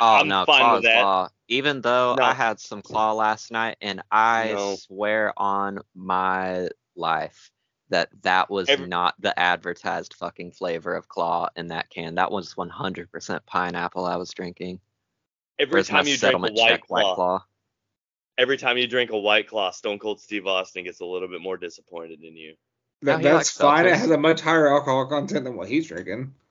Speaker 2: Oh
Speaker 4: I'm
Speaker 2: no,
Speaker 4: fine
Speaker 2: claw
Speaker 4: with
Speaker 2: is
Speaker 4: that.
Speaker 2: claw. Even though
Speaker 4: No.
Speaker 2: I had some claw last night, and I
Speaker 4: No.
Speaker 2: swear on my life that that was
Speaker 4: Every-
Speaker 2: not the advertised fucking flavor of claw in that can. That was 100% pineapple I was drinking.
Speaker 4: Every
Speaker 2: Where's my
Speaker 4: time you drink a
Speaker 2: settlement
Speaker 4: White
Speaker 2: check,
Speaker 4: Claw,
Speaker 2: White Claw?
Speaker 4: every time you drink a White Claw, Stone Cold Steve Austin gets a little bit more disappointed in you.
Speaker 2: No,
Speaker 3: That,
Speaker 2: he
Speaker 3: that's
Speaker 2: likes
Speaker 3: fine. It
Speaker 2: seltzers.
Speaker 3: has a much higher alcohol content than what he's drinking.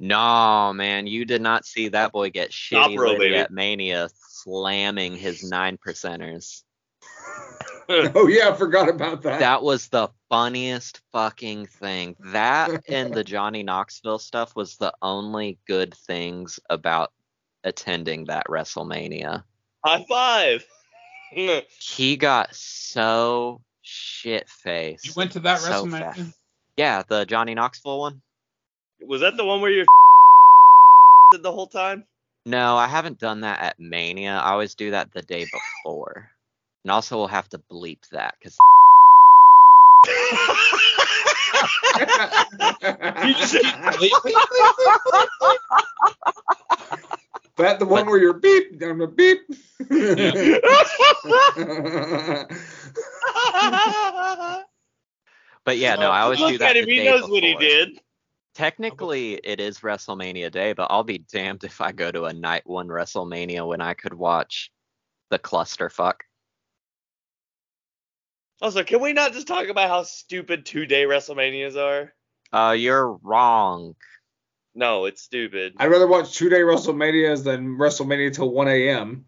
Speaker 2: No, man, you did not see that boy get shitty
Speaker 4: roll,
Speaker 2: litty
Speaker 4: baby.
Speaker 2: at Mania slamming his nine percenters.
Speaker 3: Oh yeah, I forgot about that.
Speaker 2: That was the funniest fucking thing. That and the Johnny Knoxville stuff was the only good things about attending that WrestleMania.
Speaker 4: High five.
Speaker 2: He got so shit faced.
Speaker 5: You went to that
Speaker 2: So
Speaker 5: WrestleMania?
Speaker 2: fast. Yeah, the Johnny Knoxville one?
Speaker 4: Was that the one where you're the whole time?
Speaker 2: No, I haven't done that at Mania. I always do that the day before. And also, we'll have to bleep that because
Speaker 3: that the one where you're beep, I'm a beep.
Speaker 2: But yeah, no, I always
Speaker 4: Look
Speaker 2: do
Speaker 4: at
Speaker 2: that.
Speaker 4: him.
Speaker 2: the
Speaker 4: Oh, He
Speaker 2: day
Speaker 4: knows what he
Speaker 2: before.
Speaker 4: did.
Speaker 2: Technically, it is WrestleMania day, but I'll be damned if I go to a night one WrestleMania when I could watch the clusterfuck.
Speaker 4: Also, can we not just talk about how stupid two day WrestleManias are?
Speaker 2: Uh, you're wrong.
Speaker 4: No, it's stupid.
Speaker 3: I'd rather watch two day WrestleManias than WrestleMania till 1 a.m.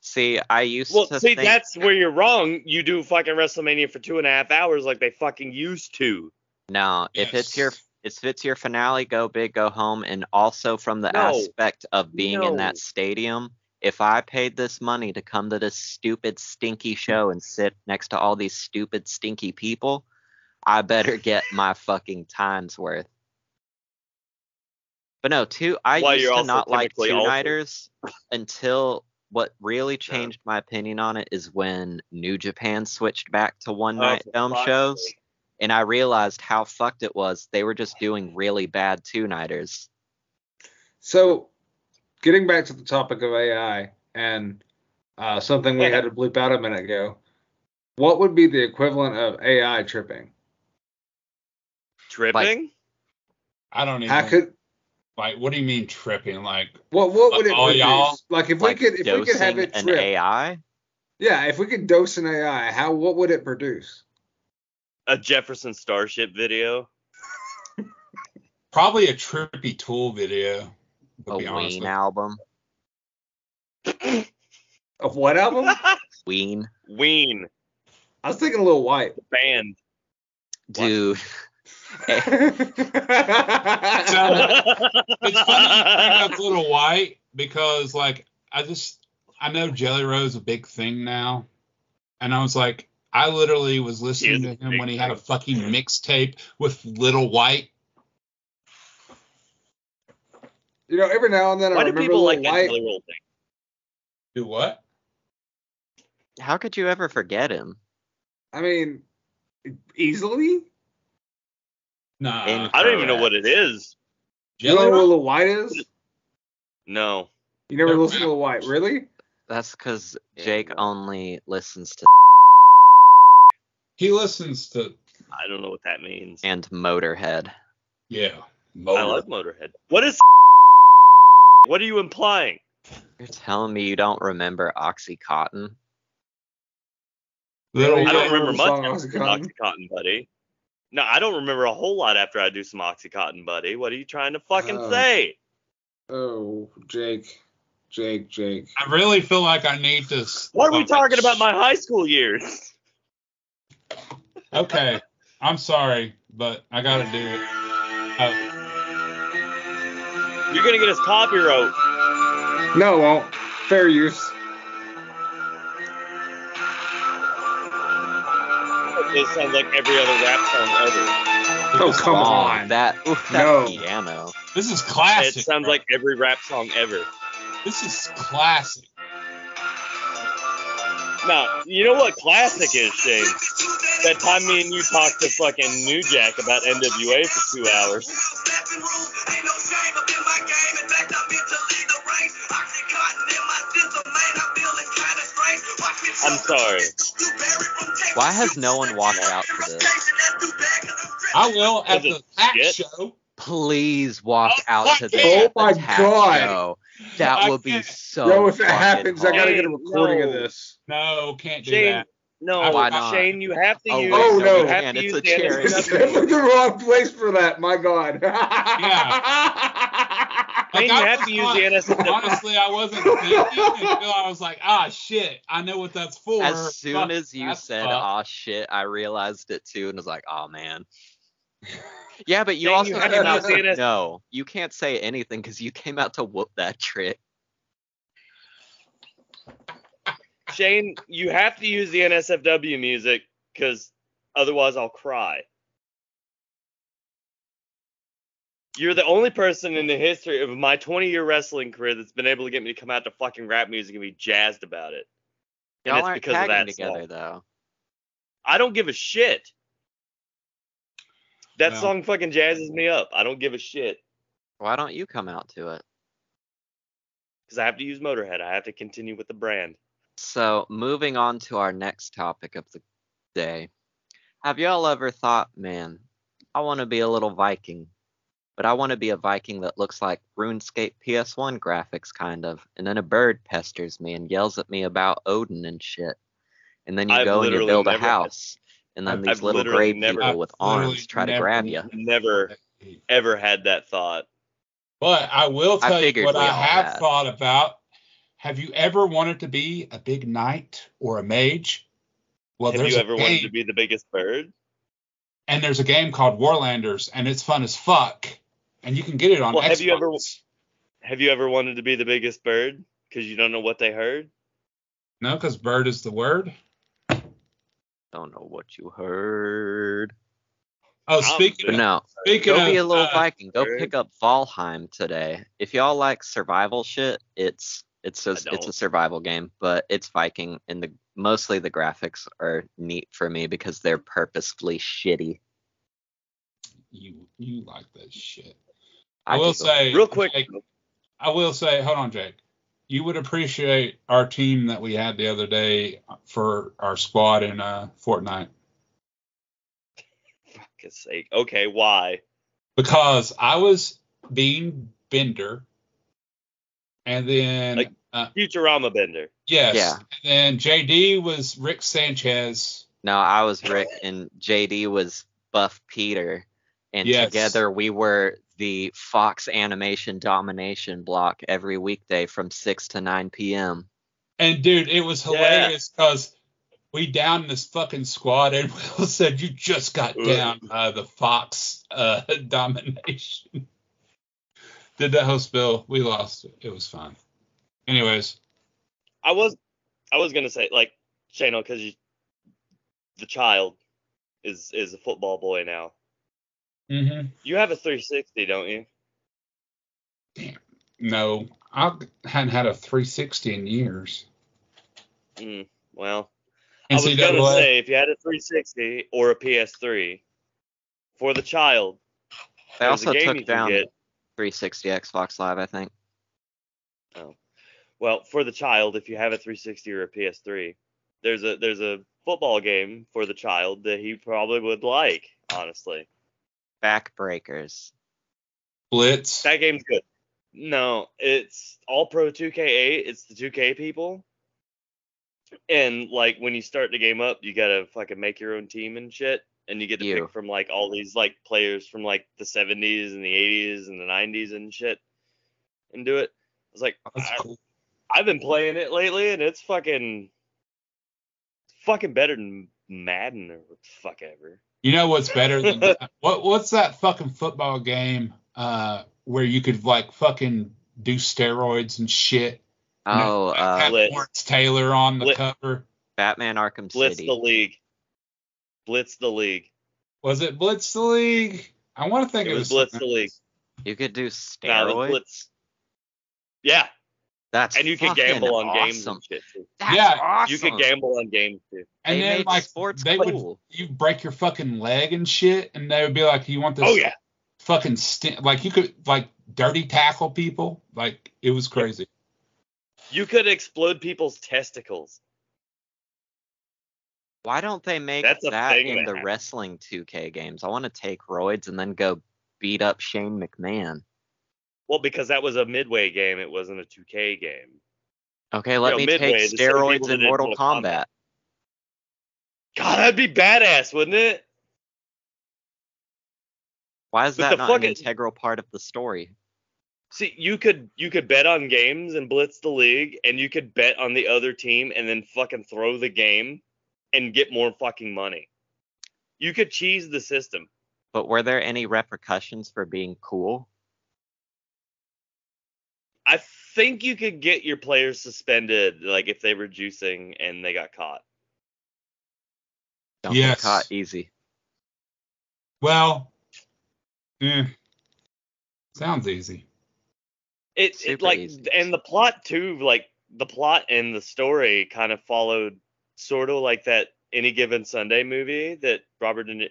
Speaker 2: See, I used
Speaker 4: Well,
Speaker 2: to
Speaker 4: see,
Speaker 2: think
Speaker 4: that's where you're wrong. You do fucking WrestleMania for two and a half hours like they fucking used to.
Speaker 2: no. If it's your
Speaker 5: Yes.
Speaker 2: if it's your finale, go big, go home, and also from the
Speaker 4: No.
Speaker 2: aspect of being
Speaker 4: No.
Speaker 2: in that stadium. If I paid this money to come to this stupid stinky show and sit next to all these stupid stinky people, I better get my fucking times worth. But no, two I
Speaker 4: While
Speaker 2: used
Speaker 4: you're
Speaker 2: to
Speaker 4: also
Speaker 2: not like
Speaker 4: technically
Speaker 2: two
Speaker 4: altered.
Speaker 2: nighters until what really changed my opinion on it is when New Japan switched back to one night
Speaker 4: Oh, for
Speaker 2: dome
Speaker 4: fuck's
Speaker 2: shows
Speaker 4: sake.
Speaker 2: and I realized how fucked it was. They were just doing really bad two nighters.
Speaker 3: So, getting back to the topic of AI and uh, something we had to bleep out a minute ago, what would be the equivalent of AI tripping?
Speaker 4: Tripping?
Speaker 5: I don't even
Speaker 2: Mm-hmm.
Speaker 3: How could
Speaker 5: like. What do you mean tripping? Like
Speaker 3: what what would it
Speaker 5: Oh, y'all?
Speaker 3: produce? Like if
Speaker 2: like
Speaker 3: we could if we could have
Speaker 2: dosing
Speaker 3: it
Speaker 2: an
Speaker 3: trip,
Speaker 2: AI.
Speaker 3: yeah, if we could dose an AI, how what would it produce?
Speaker 4: a Jefferson Starship video?
Speaker 5: probably a trippy tool video. To
Speaker 2: A
Speaker 5: be honest
Speaker 2: Ween
Speaker 5: with you.
Speaker 2: album.
Speaker 3: A what album?
Speaker 2: Ween.
Speaker 4: Ween.
Speaker 3: I was thinking a little white.
Speaker 4: Band.
Speaker 2: Dude.
Speaker 5: It's funny you bring up Little White because like I just I know Jelly Roll's a big thing now, and I was like I literally was listening
Speaker 4: He is
Speaker 5: to
Speaker 4: a
Speaker 5: him
Speaker 4: big
Speaker 5: when he had a
Speaker 4: thing.
Speaker 5: fucking mixtape with Little White.
Speaker 3: you know, every now and then I
Speaker 4: Why do
Speaker 3: remember
Speaker 4: people like
Speaker 3: Lil
Speaker 4: that
Speaker 3: White.
Speaker 4: jelly roll thing?
Speaker 5: Do what?
Speaker 2: How could you ever forget him?
Speaker 3: I mean, easily.
Speaker 5: Nah.
Speaker 2: And-
Speaker 4: I don't even know
Speaker 2: Correct.
Speaker 4: what it is.
Speaker 3: You know
Speaker 5: Jelly
Speaker 3: who
Speaker 5: Roll.
Speaker 3: Lil White is?
Speaker 4: No.
Speaker 3: You never
Speaker 5: They're
Speaker 3: listen to Lil White, really?
Speaker 2: That's because
Speaker 4: Yeah,
Speaker 2: Jake
Speaker 4: well.
Speaker 2: only listens to
Speaker 5: He listens to
Speaker 4: I don't know what that means.
Speaker 2: and Motorhead.
Speaker 5: yeah.
Speaker 4: I like Motorhead. What is What are you implying?
Speaker 2: You're telling me you don't remember OxyContin?
Speaker 5: Little
Speaker 4: I
Speaker 3: I
Speaker 5: White.
Speaker 4: don't remember
Speaker 3: remember
Speaker 4: much
Speaker 3: the
Speaker 4: after
Speaker 3: song
Speaker 4: Oxycontin. buddy. No, I don't remember a whole lot after I do some Oxycontin, buddy. What are you trying to fucking
Speaker 3: Oh.
Speaker 4: say?
Speaker 3: Oh, Jake, Jake, Jake.
Speaker 5: I really feel like I need to. s-
Speaker 4: Why are we
Speaker 5: like,
Speaker 4: talking about my high school years?
Speaker 5: Okay, I'm sorry, but I gotta do it. Uh,
Speaker 4: You're gonna get us copyright.
Speaker 3: No, it won't. Fair use.
Speaker 4: This sounds like every other rap song ever.
Speaker 3: Oh, come on.
Speaker 2: That, ooh, that
Speaker 3: No.
Speaker 2: piano.
Speaker 5: this is
Speaker 4: It
Speaker 5: classic.
Speaker 4: sounds
Speaker 5: bro.
Speaker 4: like every rap song ever.
Speaker 5: this is classic.
Speaker 4: Now, you know what classic is, Shane? That time me and you talked to fucking New Jack about NWA for two hours. I'm sorry.
Speaker 2: Why has no one walked out to this?
Speaker 5: I will at
Speaker 4: Is
Speaker 5: the
Speaker 4: it
Speaker 5: Pat
Speaker 4: shit?
Speaker 5: show.
Speaker 2: Please walk
Speaker 5: Oh,
Speaker 2: out
Speaker 5: fuck
Speaker 2: to
Speaker 5: it.
Speaker 2: this.
Speaker 3: Oh my
Speaker 2: attack
Speaker 3: God.
Speaker 2: show. That
Speaker 5: I
Speaker 2: would be
Speaker 5: can't-
Speaker 2: so.
Speaker 3: Yo, if it
Speaker 2: fucking
Speaker 3: happens, I gotta
Speaker 2: hard.
Speaker 3: get a
Speaker 4: Hey,
Speaker 3: recording of
Speaker 4: no.
Speaker 3: this.
Speaker 5: No, can't do
Speaker 4: Shane,
Speaker 5: that.
Speaker 4: no,
Speaker 5: Why
Speaker 2: not?
Speaker 4: Shane, you have to
Speaker 2: Oh,
Speaker 4: use.
Speaker 3: wait, no,
Speaker 4: you
Speaker 3: you
Speaker 4: have
Speaker 2: can't.
Speaker 4: to
Speaker 2: It's
Speaker 4: use
Speaker 2: a
Speaker 4: the
Speaker 2: chair.
Speaker 4: NWA.
Speaker 3: It's definitely the wrong place for that. My God.
Speaker 4: Shane, you
Speaker 5: I
Speaker 4: have
Speaker 5: was
Speaker 4: to use
Speaker 5: like-
Speaker 4: the NSFW.
Speaker 5: Honestly, I wasn't thinking until I was like, ah, shit. I know what that's for.
Speaker 2: As soon
Speaker 5: Fuck,
Speaker 2: as you
Speaker 5: that's
Speaker 2: said,
Speaker 5: fucked.
Speaker 2: "Oh shit," I realized it too, and was like, "Oh man." Yeah, but you
Speaker 4: Dang,
Speaker 2: also
Speaker 4: you
Speaker 3: haven't
Speaker 2: came out
Speaker 4: seen
Speaker 2: to
Speaker 4: it.
Speaker 2: no. You can't say anything because you came out to whoop that trick.
Speaker 4: Shane, you have to use the NSFW music because otherwise I'll cry. You're the only person in the history of my 20 year wrestling career that's been able to get me to come out to fucking rap music and be jazzed about it. And
Speaker 2: Y'all
Speaker 4: it's
Speaker 2: aren't
Speaker 4: because of
Speaker 2: tagging
Speaker 4: that
Speaker 2: together
Speaker 4: song.
Speaker 2: though.
Speaker 4: I don't give a shit. That
Speaker 5: No.
Speaker 4: song fucking jazzes me up. I don't give a shit
Speaker 2: Why don't you come out to it?
Speaker 4: because I have to use Motorhead. I have to continue with the brand.
Speaker 2: So moving on to our next topic of the day. Have y'all ever thought, man, I want to be a little Viking, but I want to be a Viking that looks like RuneScape PS1 graphics, kind of, and then a bird pesters me and yells at me about Odin and shit, and then you
Speaker 4: I've
Speaker 2: go and you
Speaker 4: literally
Speaker 2: build a
Speaker 4: never-
Speaker 2: house, and then
Speaker 5: I've-
Speaker 2: these
Speaker 4: I've
Speaker 2: little
Speaker 4: literally
Speaker 2: gray
Speaker 4: never-
Speaker 2: people with
Speaker 5: I've
Speaker 2: arms
Speaker 5: literally
Speaker 2: try to
Speaker 5: never-
Speaker 2: grab you.
Speaker 4: Never, ever had that thought.
Speaker 5: But I will
Speaker 2: I
Speaker 5: tell you
Speaker 2: figured
Speaker 5: what
Speaker 2: we
Speaker 5: I
Speaker 2: all
Speaker 5: have
Speaker 2: had.
Speaker 5: thought about. Have you ever wanted to be a big knight or a mage? Well,
Speaker 4: Have
Speaker 5: there's
Speaker 4: you
Speaker 5: a
Speaker 4: ever
Speaker 5: game,
Speaker 4: wanted to be the biggest bird?
Speaker 5: and there's a game called Warlanders, and it's fun as fuck, and you can get it on
Speaker 4: Well,
Speaker 5: Xbox.
Speaker 4: have you ever- Have you ever wanted to be the biggest bird? Because you don't know what they heard.
Speaker 5: No, because bird is the word.
Speaker 2: Don't know what you heard.
Speaker 5: Oh,
Speaker 4: I'm
Speaker 5: speaking
Speaker 2: But
Speaker 5: of,
Speaker 2: no,
Speaker 5: speaking
Speaker 2: go
Speaker 5: of,
Speaker 2: be a little
Speaker 5: uh,
Speaker 2: Viking. Go
Speaker 4: sure.
Speaker 2: pick up Valheim today. If y'all like survival shit, it's it's a, it's a
Speaker 4: don't.
Speaker 2: survival game, but it's Viking, and the mostly the graphics are neat for me because they're purposefully shitty.
Speaker 5: you you like that shit.
Speaker 2: I
Speaker 5: I, will
Speaker 2: giggle.
Speaker 5: say
Speaker 4: Real quick,
Speaker 5: Jake, I will say, hold on, Jake. You would appreciate our team that we had the other day for our squad in uh, Fortnite
Speaker 4: fuck's sake. Okay, why?
Speaker 5: because I was being Bender, and then
Speaker 4: Like-
Speaker 5: uh,
Speaker 4: Futurama Bender.
Speaker 5: yes,
Speaker 2: Yeah.
Speaker 5: and then JD was Rick Sanchez.
Speaker 2: No, I was Rick and JD was Buff Peter, and
Speaker 5: Yes.
Speaker 2: together we were the Fox Animation Domination block every weekday from 6 to 9 p.m.
Speaker 5: And dude, it was
Speaker 4: Yeah.
Speaker 5: hilarious because we downed this fucking squad, and Will said, "You just got
Speaker 4: Ugh.
Speaker 5: down uh, the Fox uh, domination." Did that whole spill? We lost. It was fine. Anyways,
Speaker 4: I was, I was gonna say like Shano because the child is is a football boy now.
Speaker 5: mm-hmm.
Speaker 4: You have a 360, don't you?
Speaker 5: no, I hadn't had a 360 in years.
Speaker 4: Mm, well, I was gonna
Speaker 5: NCAA.
Speaker 4: say if you had a 360 or a PS3 for the child,
Speaker 2: They
Speaker 4: there's a
Speaker 2: also
Speaker 4: game
Speaker 2: took
Speaker 4: you can
Speaker 2: down
Speaker 4: get.
Speaker 2: 360 Xbox Live, I think.
Speaker 4: Well, for the child, if you have a 360 or a PS3, there's a there's a football game for the child that he probably would like. Honestly,
Speaker 2: Backbreakers.
Speaker 5: Blitz.
Speaker 4: that game's good. No, it's All Pro 2K8. It's the 2K people. And like when you start the game up, you gotta fucking make your own team and shit, and you get to
Speaker 2: You.
Speaker 4: pick from like all these like players from like the 70s and the 80s and the 90s and shit, and do it. I was like,
Speaker 5: Oh, That's
Speaker 4: I-
Speaker 5: cool.
Speaker 4: I've been playing it lately, and it's fucking, fucking better than Madden or what the fuck ever.
Speaker 5: You know what's better than that? what? What's that fucking football game uh, where you could like fucking do steroids and shit?
Speaker 2: Oh, uh,
Speaker 5: have
Speaker 4: Blitz.
Speaker 5: Lawrence Taylor on the
Speaker 4: Blitz.
Speaker 5: cover.
Speaker 2: Batman Arkham
Speaker 4: Blitz
Speaker 2: City.
Speaker 4: the league. Blitz the league.
Speaker 5: Was it Blitz the League? I want to think
Speaker 4: It
Speaker 5: it,
Speaker 4: was Blitz the league.
Speaker 2: You could do
Speaker 4: Nah, it was
Speaker 2: steroids.
Speaker 4: Blitz. Yeah,
Speaker 2: That's
Speaker 4: and you could
Speaker 2: fucking
Speaker 4: gamble on games
Speaker 2: awesome.
Speaker 4: and shit. Too.
Speaker 2: That's
Speaker 5: Yeah.
Speaker 2: awesome.
Speaker 4: You could gamble on games too.
Speaker 5: And
Speaker 2: they
Speaker 5: then
Speaker 2: made
Speaker 5: like
Speaker 2: sports
Speaker 5: they would
Speaker 2: cool.
Speaker 5: you break your fucking leg and shit, and they would be like, "You want this?
Speaker 4: Oh yeah,
Speaker 5: fucking stint." Like you could like dirty tackle people. Like it was crazy.
Speaker 4: you could explode people's testicles.
Speaker 2: Why don't they make
Speaker 4: That's a
Speaker 2: that
Speaker 4: thing
Speaker 2: in
Speaker 4: that
Speaker 2: the
Speaker 4: happened.
Speaker 2: wrestling 2K games? I want to take roids and then go beat up Shane McMahon.
Speaker 4: Well, because that was a midway game, it wasn't a 2K game.
Speaker 2: Okay, let
Speaker 4: Yo,
Speaker 2: me
Speaker 4: Midway,
Speaker 2: take
Speaker 4: the same people
Speaker 2: steroids
Speaker 4: that
Speaker 2: in
Speaker 4: did
Speaker 2: Mortal
Speaker 4: Mortal Kombat.
Speaker 2: Kombat.
Speaker 4: God, that'd be badass, wouldn't it?
Speaker 2: Why is
Speaker 4: But
Speaker 2: that
Speaker 4: the
Speaker 2: not
Speaker 4: fucking-
Speaker 2: an integral part of the story?
Speaker 4: See, you could you could bet on games and blitz the league, and you could bet on the other team and then fucking throw the game and get more fucking money. You could cheese the system.
Speaker 2: But were there any repercussions for being cool?
Speaker 4: I think you could get your players suspended, like if they were juicing and they got caught.
Speaker 2: Don't get
Speaker 5: Yes.
Speaker 2: caught easy.
Speaker 5: Well, yeah, sounds easy.
Speaker 4: It, it
Speaker 2: Super
Speaker 4: like
Speaker 2: easy.
Speaker 4: and the plot too, like the plot and the story kind of followed sort of like that any given Sunday movie that Robert De Niro,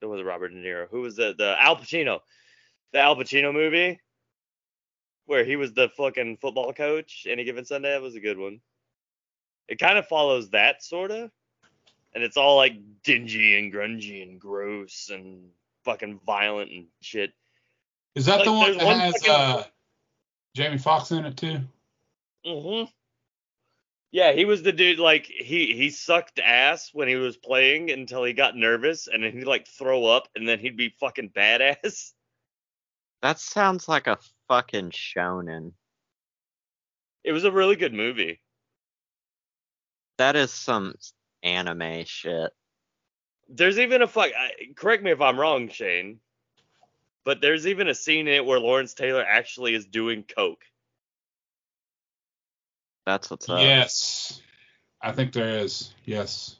Speaker 4: it was Robert De Niro, who was the the Al Pacino, the Al Pacino movie where he was the fucking football coach. Any given Sunday, that was a good one. It kind of follows that sort of, and it's all like dingy and grungy and gross and fucking violent and shit.
Speaker 5: Is that
Speaker 4: Like,
Speaker 5: the one
Speaker 4: there's
Speaker 5: that
Speaker 4: one
Speaker 5: has
Speaker 4: fucking-
Speaker 5: uh, Jamie Foxx in it too?
Speaker 4: hmm Yeah, he was the dude. Like he he sucked ass when he was playing until he got nervous, and then he'd like throw up, and then he'd be fucking badass.
Speaker 2: That sounds like a fucking shonen.
Speaker 4: It was a really good movie.
Speaker 2: That is some anime shit.
Speaker 4: There's even a fuck. I, correct me if I'm wrong, Shane, but there's even a scene in it where Lawrence Taylor actually is doing coke.
Speaker 2: That's
Speaker 4: Uh.
Speaker 2: what's up.
Speaker 5: yes. I think there is. Yes.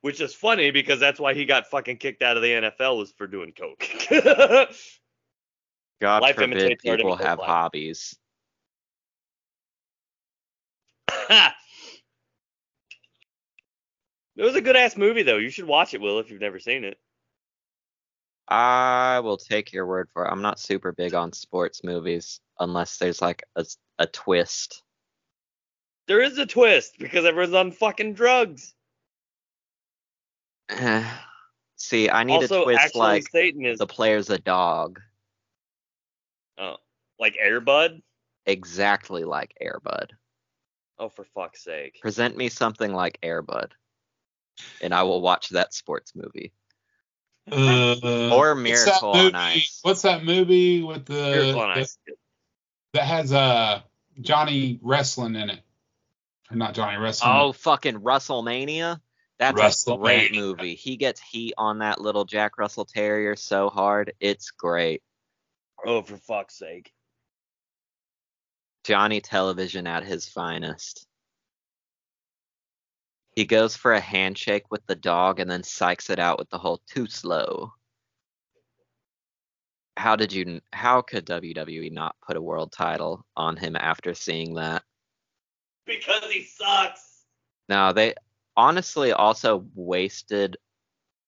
Speaker 4: which is funny because that's why he got fucking kicked out of the NFL was for doing coke.
Speaker 2: God
Speaker 4: Life
Speaker 2: forbid
Speaker 4: imitates art,
Speaker 2: people
Speaker 4: imitates
Speaker 2: have
Speaker 4: life.
Speaker 2: hobbies.
Speaker 4: it was a good ass movie though. You should watch it, Will, if you've never seen it.
Speaker 2: I will take your word for it. I'm not super big on sports movies unless there's like a, s- a twist.
Speaker 4: There is a twist because everyone's on fucking drugs.
Speaker 2: See, I need
Speaker 4: also,
Speaker 2: a twist
Speaker 4: actually,
Speaker 2: like
Speaker 4: Satan is
Speaker 2: the player's a dog,
Speaker 4: like Airbud.
Speaker 2: exactly like Airbud.
Speaker 4: Oh, for fuck's sake!
Speaker 2: Present me something like Airbud, and I will watch that sports movie
Speaker 5: Uh,
Speaker 2: or
Speaker 5: what's that
Speaker 2: Miracle on
Speaker 5: movie-
Speaker 2: Ice.
Speaker 5: What's that movie with the
Speaker 4: Miracle on Ice.
Speaker 5: that has uh Johnny wrestling in it? Or not Johnny wrestling.
Speaker 2: Oh, fucking WrestleMania. That's a
Speaker 5: WrestleMania.
Speaker 2: great movie. He gets heat on that little Jack Russell Terrier so hard. It's great.
Speaker 4: Oh, for fuck's sake!
Speaker 2: Johnny Television at his finest. He goes for a handshake with the dog and then psychs it out with the whole too slow. How did you how could WWE not put a world title on him after seeing that?
Speaker 4: Because he sucks.
Speaker 2: No, they honestly also wasted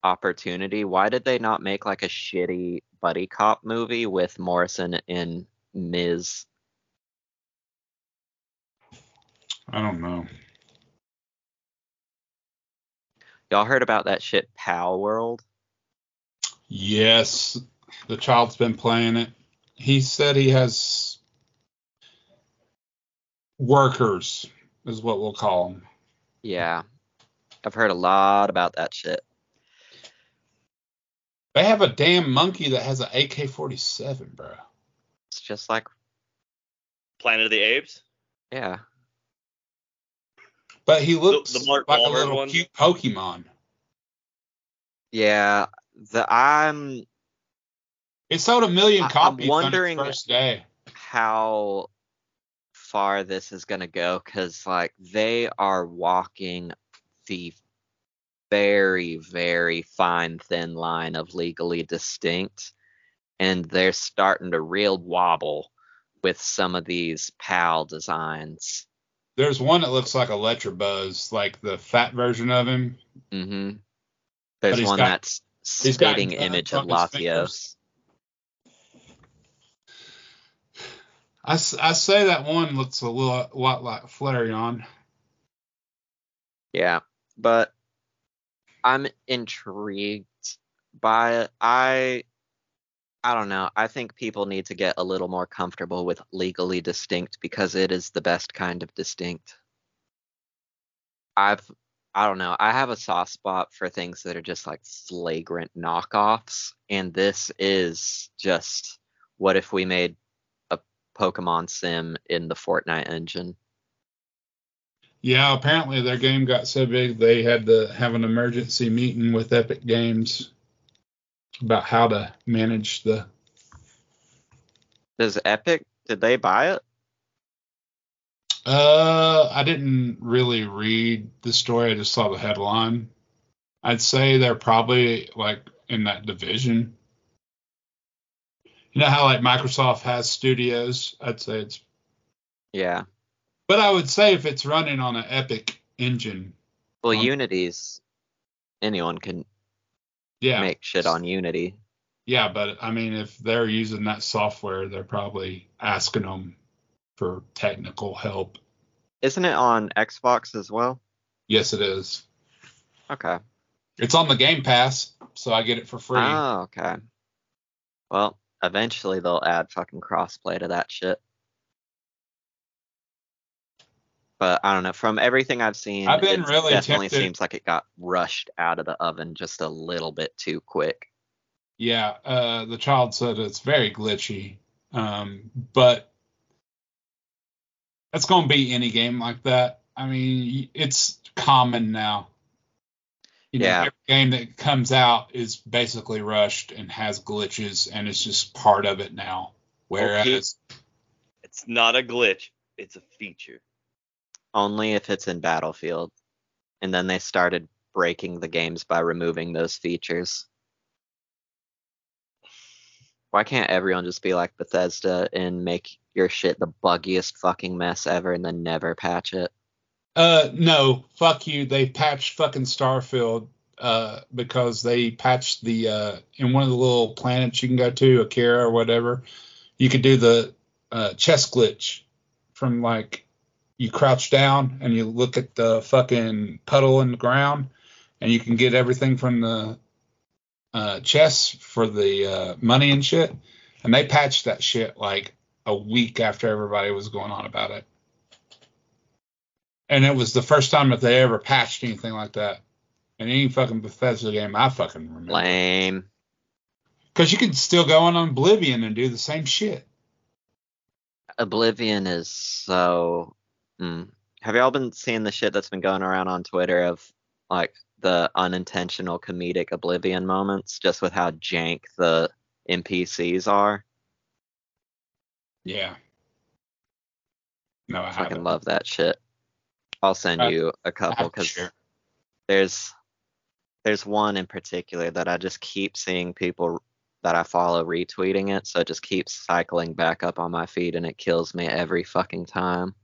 Speaker 2: opportunity. Why did they not make like a shitty buddy cop movie with Morrison in Miz?
Speaker 5: I don't know.
Speaker 2: Y'all heard about that shit Pal World?
Speaker 5: Yes, the child's been playing it. He said he has workers, is what we'll call them.
Speaker 2: Yeah. I've heard a lot about that shit.
Speaker 5: They have a damn monkey that has an AK 47, bro.
Speaker 2: It's just like
Speaker 4: Planet of the Apes.
Speaker 2: yeah.
Speaker 5: But he looks
Speaker 4: the Mark
Speaker 5: like a
Speaker 4: Wahlberg
Speaker 5: little
Speaker 4: one?
Speaker 5: cute Pokemon.
Speaker 2: Yeah. The I'm
Speaker 5: It sold a million
Speaker 2: I- I'm
Speaker 5: copies
Speaker 2: wondering-
Speaker 5: on its first day.
Speaker 2: how far this is gonna go because like they are walking the very very fine thin line of legally distinct and they're starting to real wobble with some of these pal designs
Speaker 5: There's one that looks like Electrobuzz, like the fat version of him.
Speaker 2: hmm
Speaker 5: But
Speaker 2: there's
Speaker 5: he's
Speaker 2: one
Speaker 5: got-
Speaker 2: that's
Speaker 5: he's got
Speaker 2: spitting
Speaker 5: guns
Speaker 2: image of
Speaker 5: on his fingers.
Speaker 2: Latios.
Speaker 5: I, s- I say that one looks a little, lot like Flareon.
Speaker 2: Yeah, but I'm intrigued by it. I I don't know. I think people need to get a little more comfortable with legally distinct because it is the best kind of distinct. I've I don't know. I have a soft spot for things that are just like flagrant knockoffs and this is just what if we made a Pokemon sim in the Fortnite engine?
Speaker 5: Yeah, apparently their game got so big they had to have an emergency meeting with Epic Games about how to manage the.
Speaker 2: Does Epic did they buy it?
Speaker 5: Uh, I didn't really read the story. I just saw the headline. I'd say they're probably like in that division. You know how like Microsoft has studios. I'd say it's,
Speaker 2: Yeah.
Speaker 5: but I would say if it's running on an Epic engine,
Speaker 2: Well,
Speaker 5: Um,
Speaker 2: Unity's anyone can
Speaker 5: yeah,
Speaker 2: make shit on Unity.
Speaker 5: Yeah, but I mean, if they're using that software, they're probably asking them for technical help.
Speaker 2: Isn't it on Xbox as well?
Speaker 5: Yes, it is.
Speaker 2: Okay.
Speaker 5: It's on the Game Pass, so I get it for free.
Speaker 2: Oh, okay. Well, eventually they'll add fucking crossplay to that shit. But I don't know. From everything I've seen,
Speaker 5: I've been
Speaker 2: it
Speaker 5: really
Speaker 2: definitely
Speaker 5: tempted-
Speaker 2: seems like it got rushed out of the oven just a little bit too quick.
Speaker 5: Yeah, uh, the child said it's very glitchy, um, but that's going to be any game like that. I mean, it's common now. You know,
Speaker 2: Yeah.
Speaker 5: every game that comes out is basically rushed and has glitches, and it's just part of it now. Whereas,
Speaker 4: It's not a glitch. It's a feature.
Speaker 2: Only if it's in Battlefield. And then they started breaking the games by removing those features. Why can't everyone just be like Bethesda and make your shit the buggiest fucking mess ever and then never patch it?
Speaker 5: uh, no, fuck you. They patched fucking Starfield uh, because they patched the uh, in one of the little planets you can go to, Akira or whatever. You could do the uh, chest glitch from like you crouch down and you look at the fucking puddle in the ground, and you can get everything from the uh, chest for the uh, money and shit. And they patched that shit like a week after everybody was going on about it. And it was the first time that they ever patched anything like that in any fucking Bethesda game I fucking remember.
Speaker 2: Lame.
Speaker 5: Because you can still go on Oblivion and do the same shit.
Speaker 2: Oblivion is so. Mm. Have y'all been seeing the shit that's been going around on Twitter of like the unintentional comedic Oblivion moments, just with how jank the NPCs are?
Speaker 5: Yeah. No, I
Speaker 2: I
Speaker 5: haven't.
Speaker 2: fucking love that shit. I'll send
Speaker 5: Uh,
Speaker 2: you a
Speaker 5: I
Speaker 2: couple
Speaker 5: haven't,
Speaker 2: because
Speaker 5: sure.
Speaker 2: there's there's one in particular that I just keep seeing people that I follow retweeting it, so it just keeps cycling back up on my feed and it kills me every fucking time.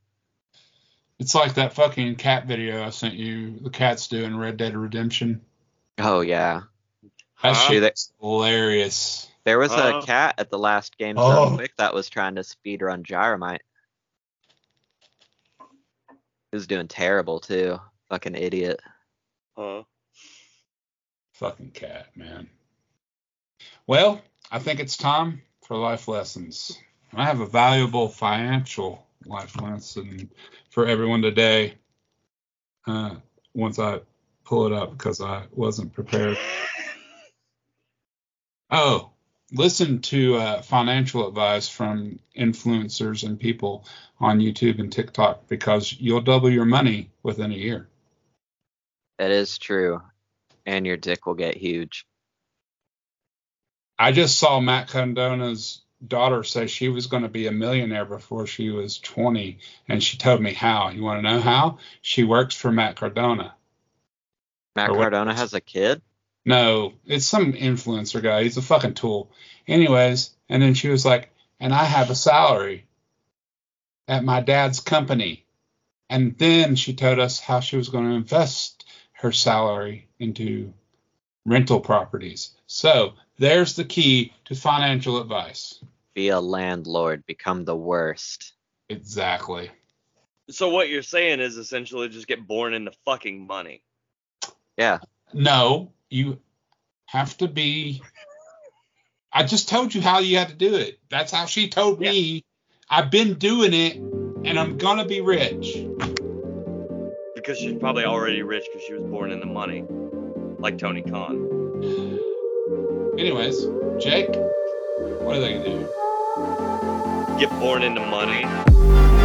Speaker 5: It's like that fucking cat video I sent you. The cat's doing Red Dead Redemption.
Speaker 2: Oh yeah.
Speaker 4: Huh?
Speaker 5: That shit
Speaker 2: Dude,
Speaker 5: is hilarious.
Speaker 2: There was
Speaker 4: Oh.
Speaker 2: a cat at the last game
Speaker 5: Oh.
Speaker 2: so quick that was trying to speedrun Gyromite. He was doing terrible too. Fucking idiot.
Speaker 4: Huh?
Speaker 5: Fucking cat, man. Well, I think it's time for life lessons. And I have a valuable financial life lesson for everyone today. Uh, once I pull it up because I wasn't prepared. Oh, listen to uh, financial advice from influencers and people on YouTube and TikTok because you'll double your money within a year.
Speaker 2: That is true. And your dick will get huge.
Speaker 5: I just saw Matt Condona's daughter say she was going to be a millionaire before she was 20, and she told me how. You want to know how? She works for Matt Cardona.
Speaker 2: Matt
Speaker 5: Or what-
Speaker 2: Cardona has a kid?
Speaker 5: No, it's some influencer guy. He's a fucking tool. Anyways, and then she was like, and I have a salary at my dad's company. And then she told us how she was going to invest her salary into rental properties. So there's the key to financial advice.
Speaker 2: Be a landlord. Become the worst.
Speaker 5: Exactly.
Speaker 4: So what you're saying is essentially just get born into fucking money.
Speaker 2: Yeah.
Speaker 5: No, you have to be. I just told you how you had to do it. That's how she told me. I've been doing it, and I'm gonna be rich.
Speaker 4: Because she's probably already rich because she was born into money. Like Tony Khan.
Speaker 5: Anyways, Jake, what are they gonna do?
Speaker 4: Get born into money.